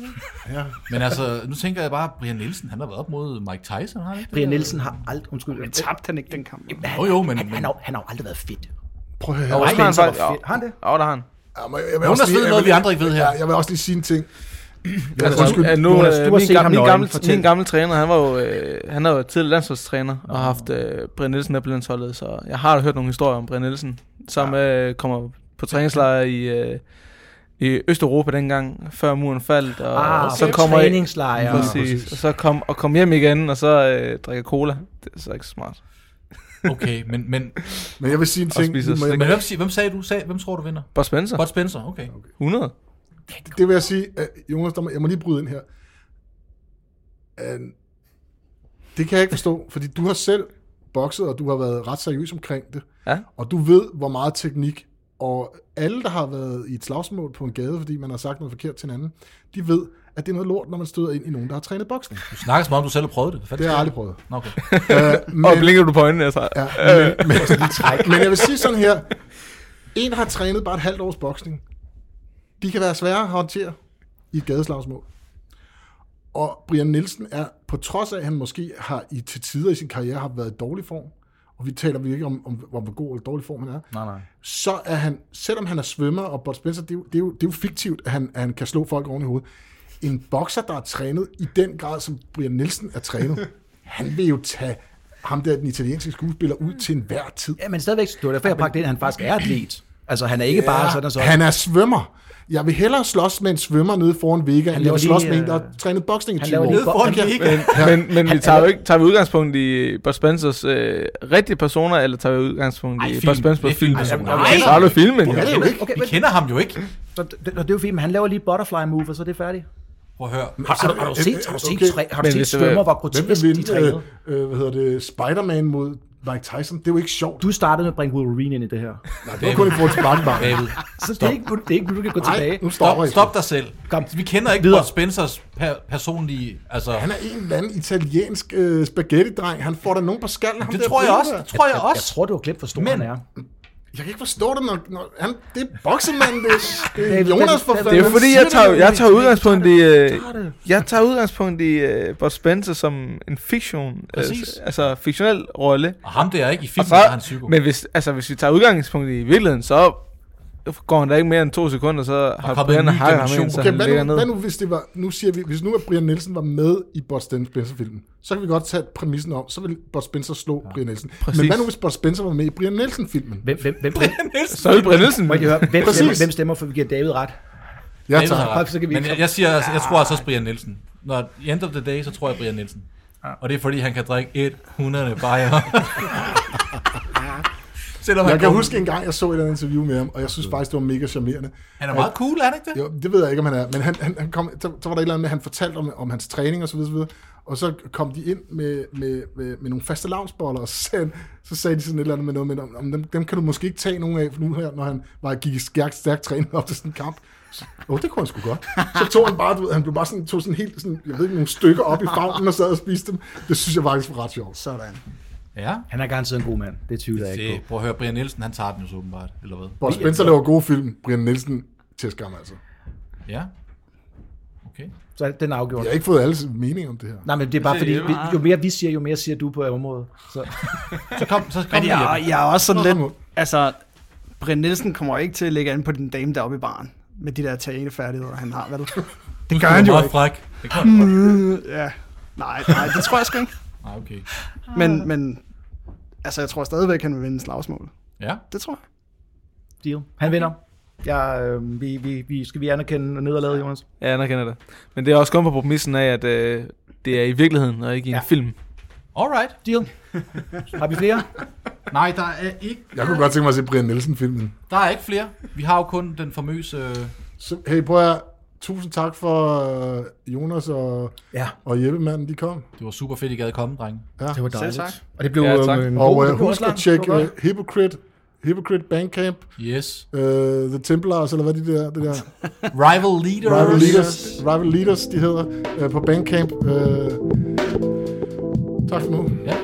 det.
men altså, nu tænker jeg bare, Brian Nielsen, han har været op mod Mike Tyson, har han ikke? det?
Brian Nielsen har aldrig... Undskyld.
øh, Tabte han ikke den kamp?
Han-
Jo, jo, men-
Han, han,
men-
har, han har jo aldrig været fedt.
Prøv at høre.
Og
her.
så har han
Spencer var
faktisk-
fedt. Har han det?
Ja, der har han.
Ja, men jeg- jeg vil
Jonas
også lige-
ved
jeg
noget,
vil-
vi andre ikke ved her.
Ja, Jeg vil også lige sige en ting. Jeg,
Altså,
undskyld,
er nu,
Jonas,
øh,
du har
min,
set
gamle,
ham
min,
nøgen,
gamle,
fortæl.
min gamle træner, han var jo, øh, han er jo tidligere landsholdstræner, og har haft øh, Brian Nielsen med på landsholdet, så jeg har hørt nogle historier om Brian Nielsen, som ja. øh, kommer på træningslejr i, øh, i Østeuropa dengang, før muren faldt, og,
Ah,
og
så
så kommer i,
træningslejre.
præcis, og så kom, og kom hjem igen, og så øh, drikker cola. Det er så ikke smart.
Okay, men, men,
men jeg vil sige en
Og
ting.
spiser
Må jeg-
men hvem, sig- hvem sagde du? Sag, hvem tror du vinder?
Bud Spencer,
Bud Spencer, okay.
100.
Det vil jeg sige, at Jonas, der må, jeg må lige bryde ind her. Øh, Det kan jeg ikke forstå, fordi du har selv bokset, og du har været ret seriøs omkring det.
Ja.
Og du ved, hvor meget teknik, og alle, der har været i et slagsmål på en gade, fordi man har sagt noget forkert til hinanden, de ved, at det er noget lort, når man støder ind i nogen, der har trænet boksning.
Du snakker som om, du selv har prøvet det. Hvad fanden
Det har jeg
sker
aldrig
[LAUGHS]
prøvet.
der? Nå, [LAUGHS] okay.
Øh, men,
Og blinker du på øjnene, altså.
ja, men, men, men jeg vil sige sådan her. En, der har trænet bare et halvt års boksning, de kan være svære at håndtere i et gadeslagsmål. Og Brian Nielsen er, på trods af, at han måske har i, til tider i sin karriere har været i dårlig form, og vi taler vi ikke om, om, om, hvor god eller dårlig form han er,
Nej, nej.
så er han, selvom han er svømmer, og Bud Spencer, det er jo, det er jo, det er jo fiktivt, at han, at han kan slå folk oven i hovedet.
[LAUGHS]
En bokser, der er trænet i den grad, som Brian Nielsen er trænet, han vil jo tage ham der, den italienske skuespiller, ud til enhver tid.
Ja, men stadigvæk, det var derfor, jeg bragte ind, at han faktisk er atlet. Altså, han er ikke bare sådan og sådan.
Han er svømmer. Jeg vil hellere slås med en svømmer nede foran Vega, end jeg
laver
vil slås
lige,
med en, der
øh,
har trænet boksning i
han
20 år.
laver lige bo- han kan-
[LAUGHS]
Fuck, ja.
Men, men vi tager, jo ikke, tager vi udgangspunkt i Bud Spencers øh, rigtige personer, eller tager vi udgangspunkt
Ej,
i
film.
Bud Spencers
Det er film.
film?
Nej.
Så har du filmen,
Det
jo.
er det jo ikke.
Okay,
Vi
men,
kender ham jo ikke.
så det, det, er jo fint, men han laver lige butterfly move, og så er det færdigt.
Prøv at høre.
Har, har, du, har du set, har du set, træ, har du
Men
set
hvis det var-
svømmer, hvor
Hvem
grotesk
vil
de
vinde,
trænede?
øh, øh, hvad hedder det, Spider-Man mod Mike Tyson? Det er jo ikke sjovt.
Du startede med at bringe Wolverine ind i det her. [LAUGHS]
Nej, det var kun i forhold til Bakken
David,
Så det er ikke, det er ikke nu du kan gå tilbage.
Nej, nu
stop,
stopper jeg.
stop dig selv.
Kom.
Vi kender ikke
Videre.
Bud Spencers per- personlige... Altså,
Han er en eller anden italiensk øh, spaghetti-dreng. Han får da nogen på skallen. ham
det
der
tror jeg
brune
også.
der.
Det tror jeg
Jeg
også.
tror, du har glemt, hvor stor
Men-
han er.
Jeg kan ikke forstå det, når, når han, det er boksemanden, det,
[LAUGHS]
er- det er
David,
Jonas
David,
for
David.
Det er jo
fanden.
fordi,
Siger
jeg tager,
det,
jeg tager udgangspunkt i... Øh,
Tager det.
jeg tager udgangspunkt i øh, Bud Spencer som en fiktion,
Præcis.
altså, altså fiktionel rolle.
Og ham der ikke i
Og
filmen,
så,
der er han psyko. [LAUGHS]
men hvis, altså, hvis vi tager udgangspunkt i virkeligheden, så går han da ikke mere end to sekunder, så har
kommet en
Brian
ny
hakket ham
dimension.
ind, så
Okay,
han ligger
hvad nu,
ned.
hvad nu, hvis det var, nu siger vi, hvis nu at Brian Nielsen var med i Bud Spencer-filmen, så kan vi godt tage præmissen om, så vil Bud Spencer slå ja. Brian Nielsen. Præcis. Men
Præcis.
hvad nu, hvis Bud Spencer var med i Brian Nielsen-filmen?
Hvem, hvem,
[LAUGHS]
hvem, hvem,
[LAUGHS]
Så er det Brian Nielsen.
må jeg lige høre, hvem,
Præcis.
stemmer, hvem stemmer, for vi giver David ret?
Jeg
David
tager
har ret.
Så kan vi
Men
ikke-
jeg, jeg, siger, altså, jeg tror altså også Brian Nielsen. Når i end of the day, så tror jeg Brian Nielsen. Og det er fordi, han kan drikke 100
[LAUGHS]
bajer. Selvom
jeg
han,
kan
kun-
huske en gang, jeg så et eller andet interview med ham, og jeg synes faktisk, det var mega charmerende.
han er meget cool, er han ikke det?
Jo, det ved jeg ikke, om han er. Men han, han, han kom, så, så var der et eller andet med, at han fortalte om, om hans træning og så videre, så videre. Og så kom de ind med, med, med, med nogle faste lavnsboller, og så sagde, han- så sagde de sådan et eller andet med noget med, om, om dem, dem kan du måske ikke tage nogen af, for nu her, når han var, gik i stærkt, stærkt træning op til sådan en kamp. Så- Åh, oh, det kunne han sgu godt. Så tog han bare, du ved, han blev bare sådan, tog sådan helt, sådan, jeg ved ikke, nogle stykker op i favnen og sad og spiste dem. Det synes jeg faktisk var ret sjovt.
Sådan.
Ja.
Han er garanteret en god mand. Det tvivler jeg ikke
Det,
på.
prøv at høre, Brian Nielsen, han tager den jo så åbenbart, eller hvad?
Bob Spencer laver gode film, Brian Nielsen til skam altså.
Ja. Okay.
Så den er afgjort.
Jeg har ikke fået alles mening om det her.
Nej, men det er bare fordi, vi- jo mere vi siger, jo mere siger du på området. Så,
Så kom, så kom
Men
vi
jeg,
hjem.
jeg er også sådan
Nå,
lidt... Altså, Brian Nielsen kommer ikke til at lægge an på den dame deroppe i baren. Med de der teaterfærdigheder, han har, vel?
[LAUGHS] Det
gør han jo
meget
ikke.
fræk. Det gør
Hmm.
han fræk.
ja. Nej, nej, det tror jeg sgu ikke.
Nej, okay.
Men, men altså, jeg tror stadigvæk, han vil vinde slagsmål.
Ja.
Det tror jeg.
deal. Han vinder. Ja, øh, vi, vi, vi, skal vi anerkende nederlaget, Jonas?
Ja, jeg anerkender det. Men det er også kommet på præmissen af, at øh, det er i virkeligheden, og ikke i en
Ja.
ja. film.
Alright.
Deal. Har vi flere?
Nej, der er ikke,
Jeg kunne godt tænke mig at se Brian Nielsen-filmen.
der er ikke flere. Vi har jo kun den famøse... øh,
Så, hey, prøv at høre. Tusind tak for øh, Jonas og,
Ja.
og Jeppe, manden, de kom.
Det var super fedt, I gad komme, drenge.
Det var
Selv tak.
Og det blev
Ja,
øh,
tak.
en god-
Og øh,
det blev
husk
også
at
langt. Det
tjekke
var
øh,
godt.
Hypocrite, Hypocrite Bandcamp,
Yes.
øh, The Templars, eller hvad de der, det
[LAUGHS]
der
Rival Leaders.
Rival Leaders, Rival Leaders de hedder, øh, på Bandcamp. Øh, tak for nu,
Ja,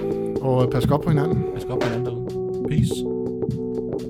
og øh, pas godt på hinanden.
pas godt på hinanden derude. Peace.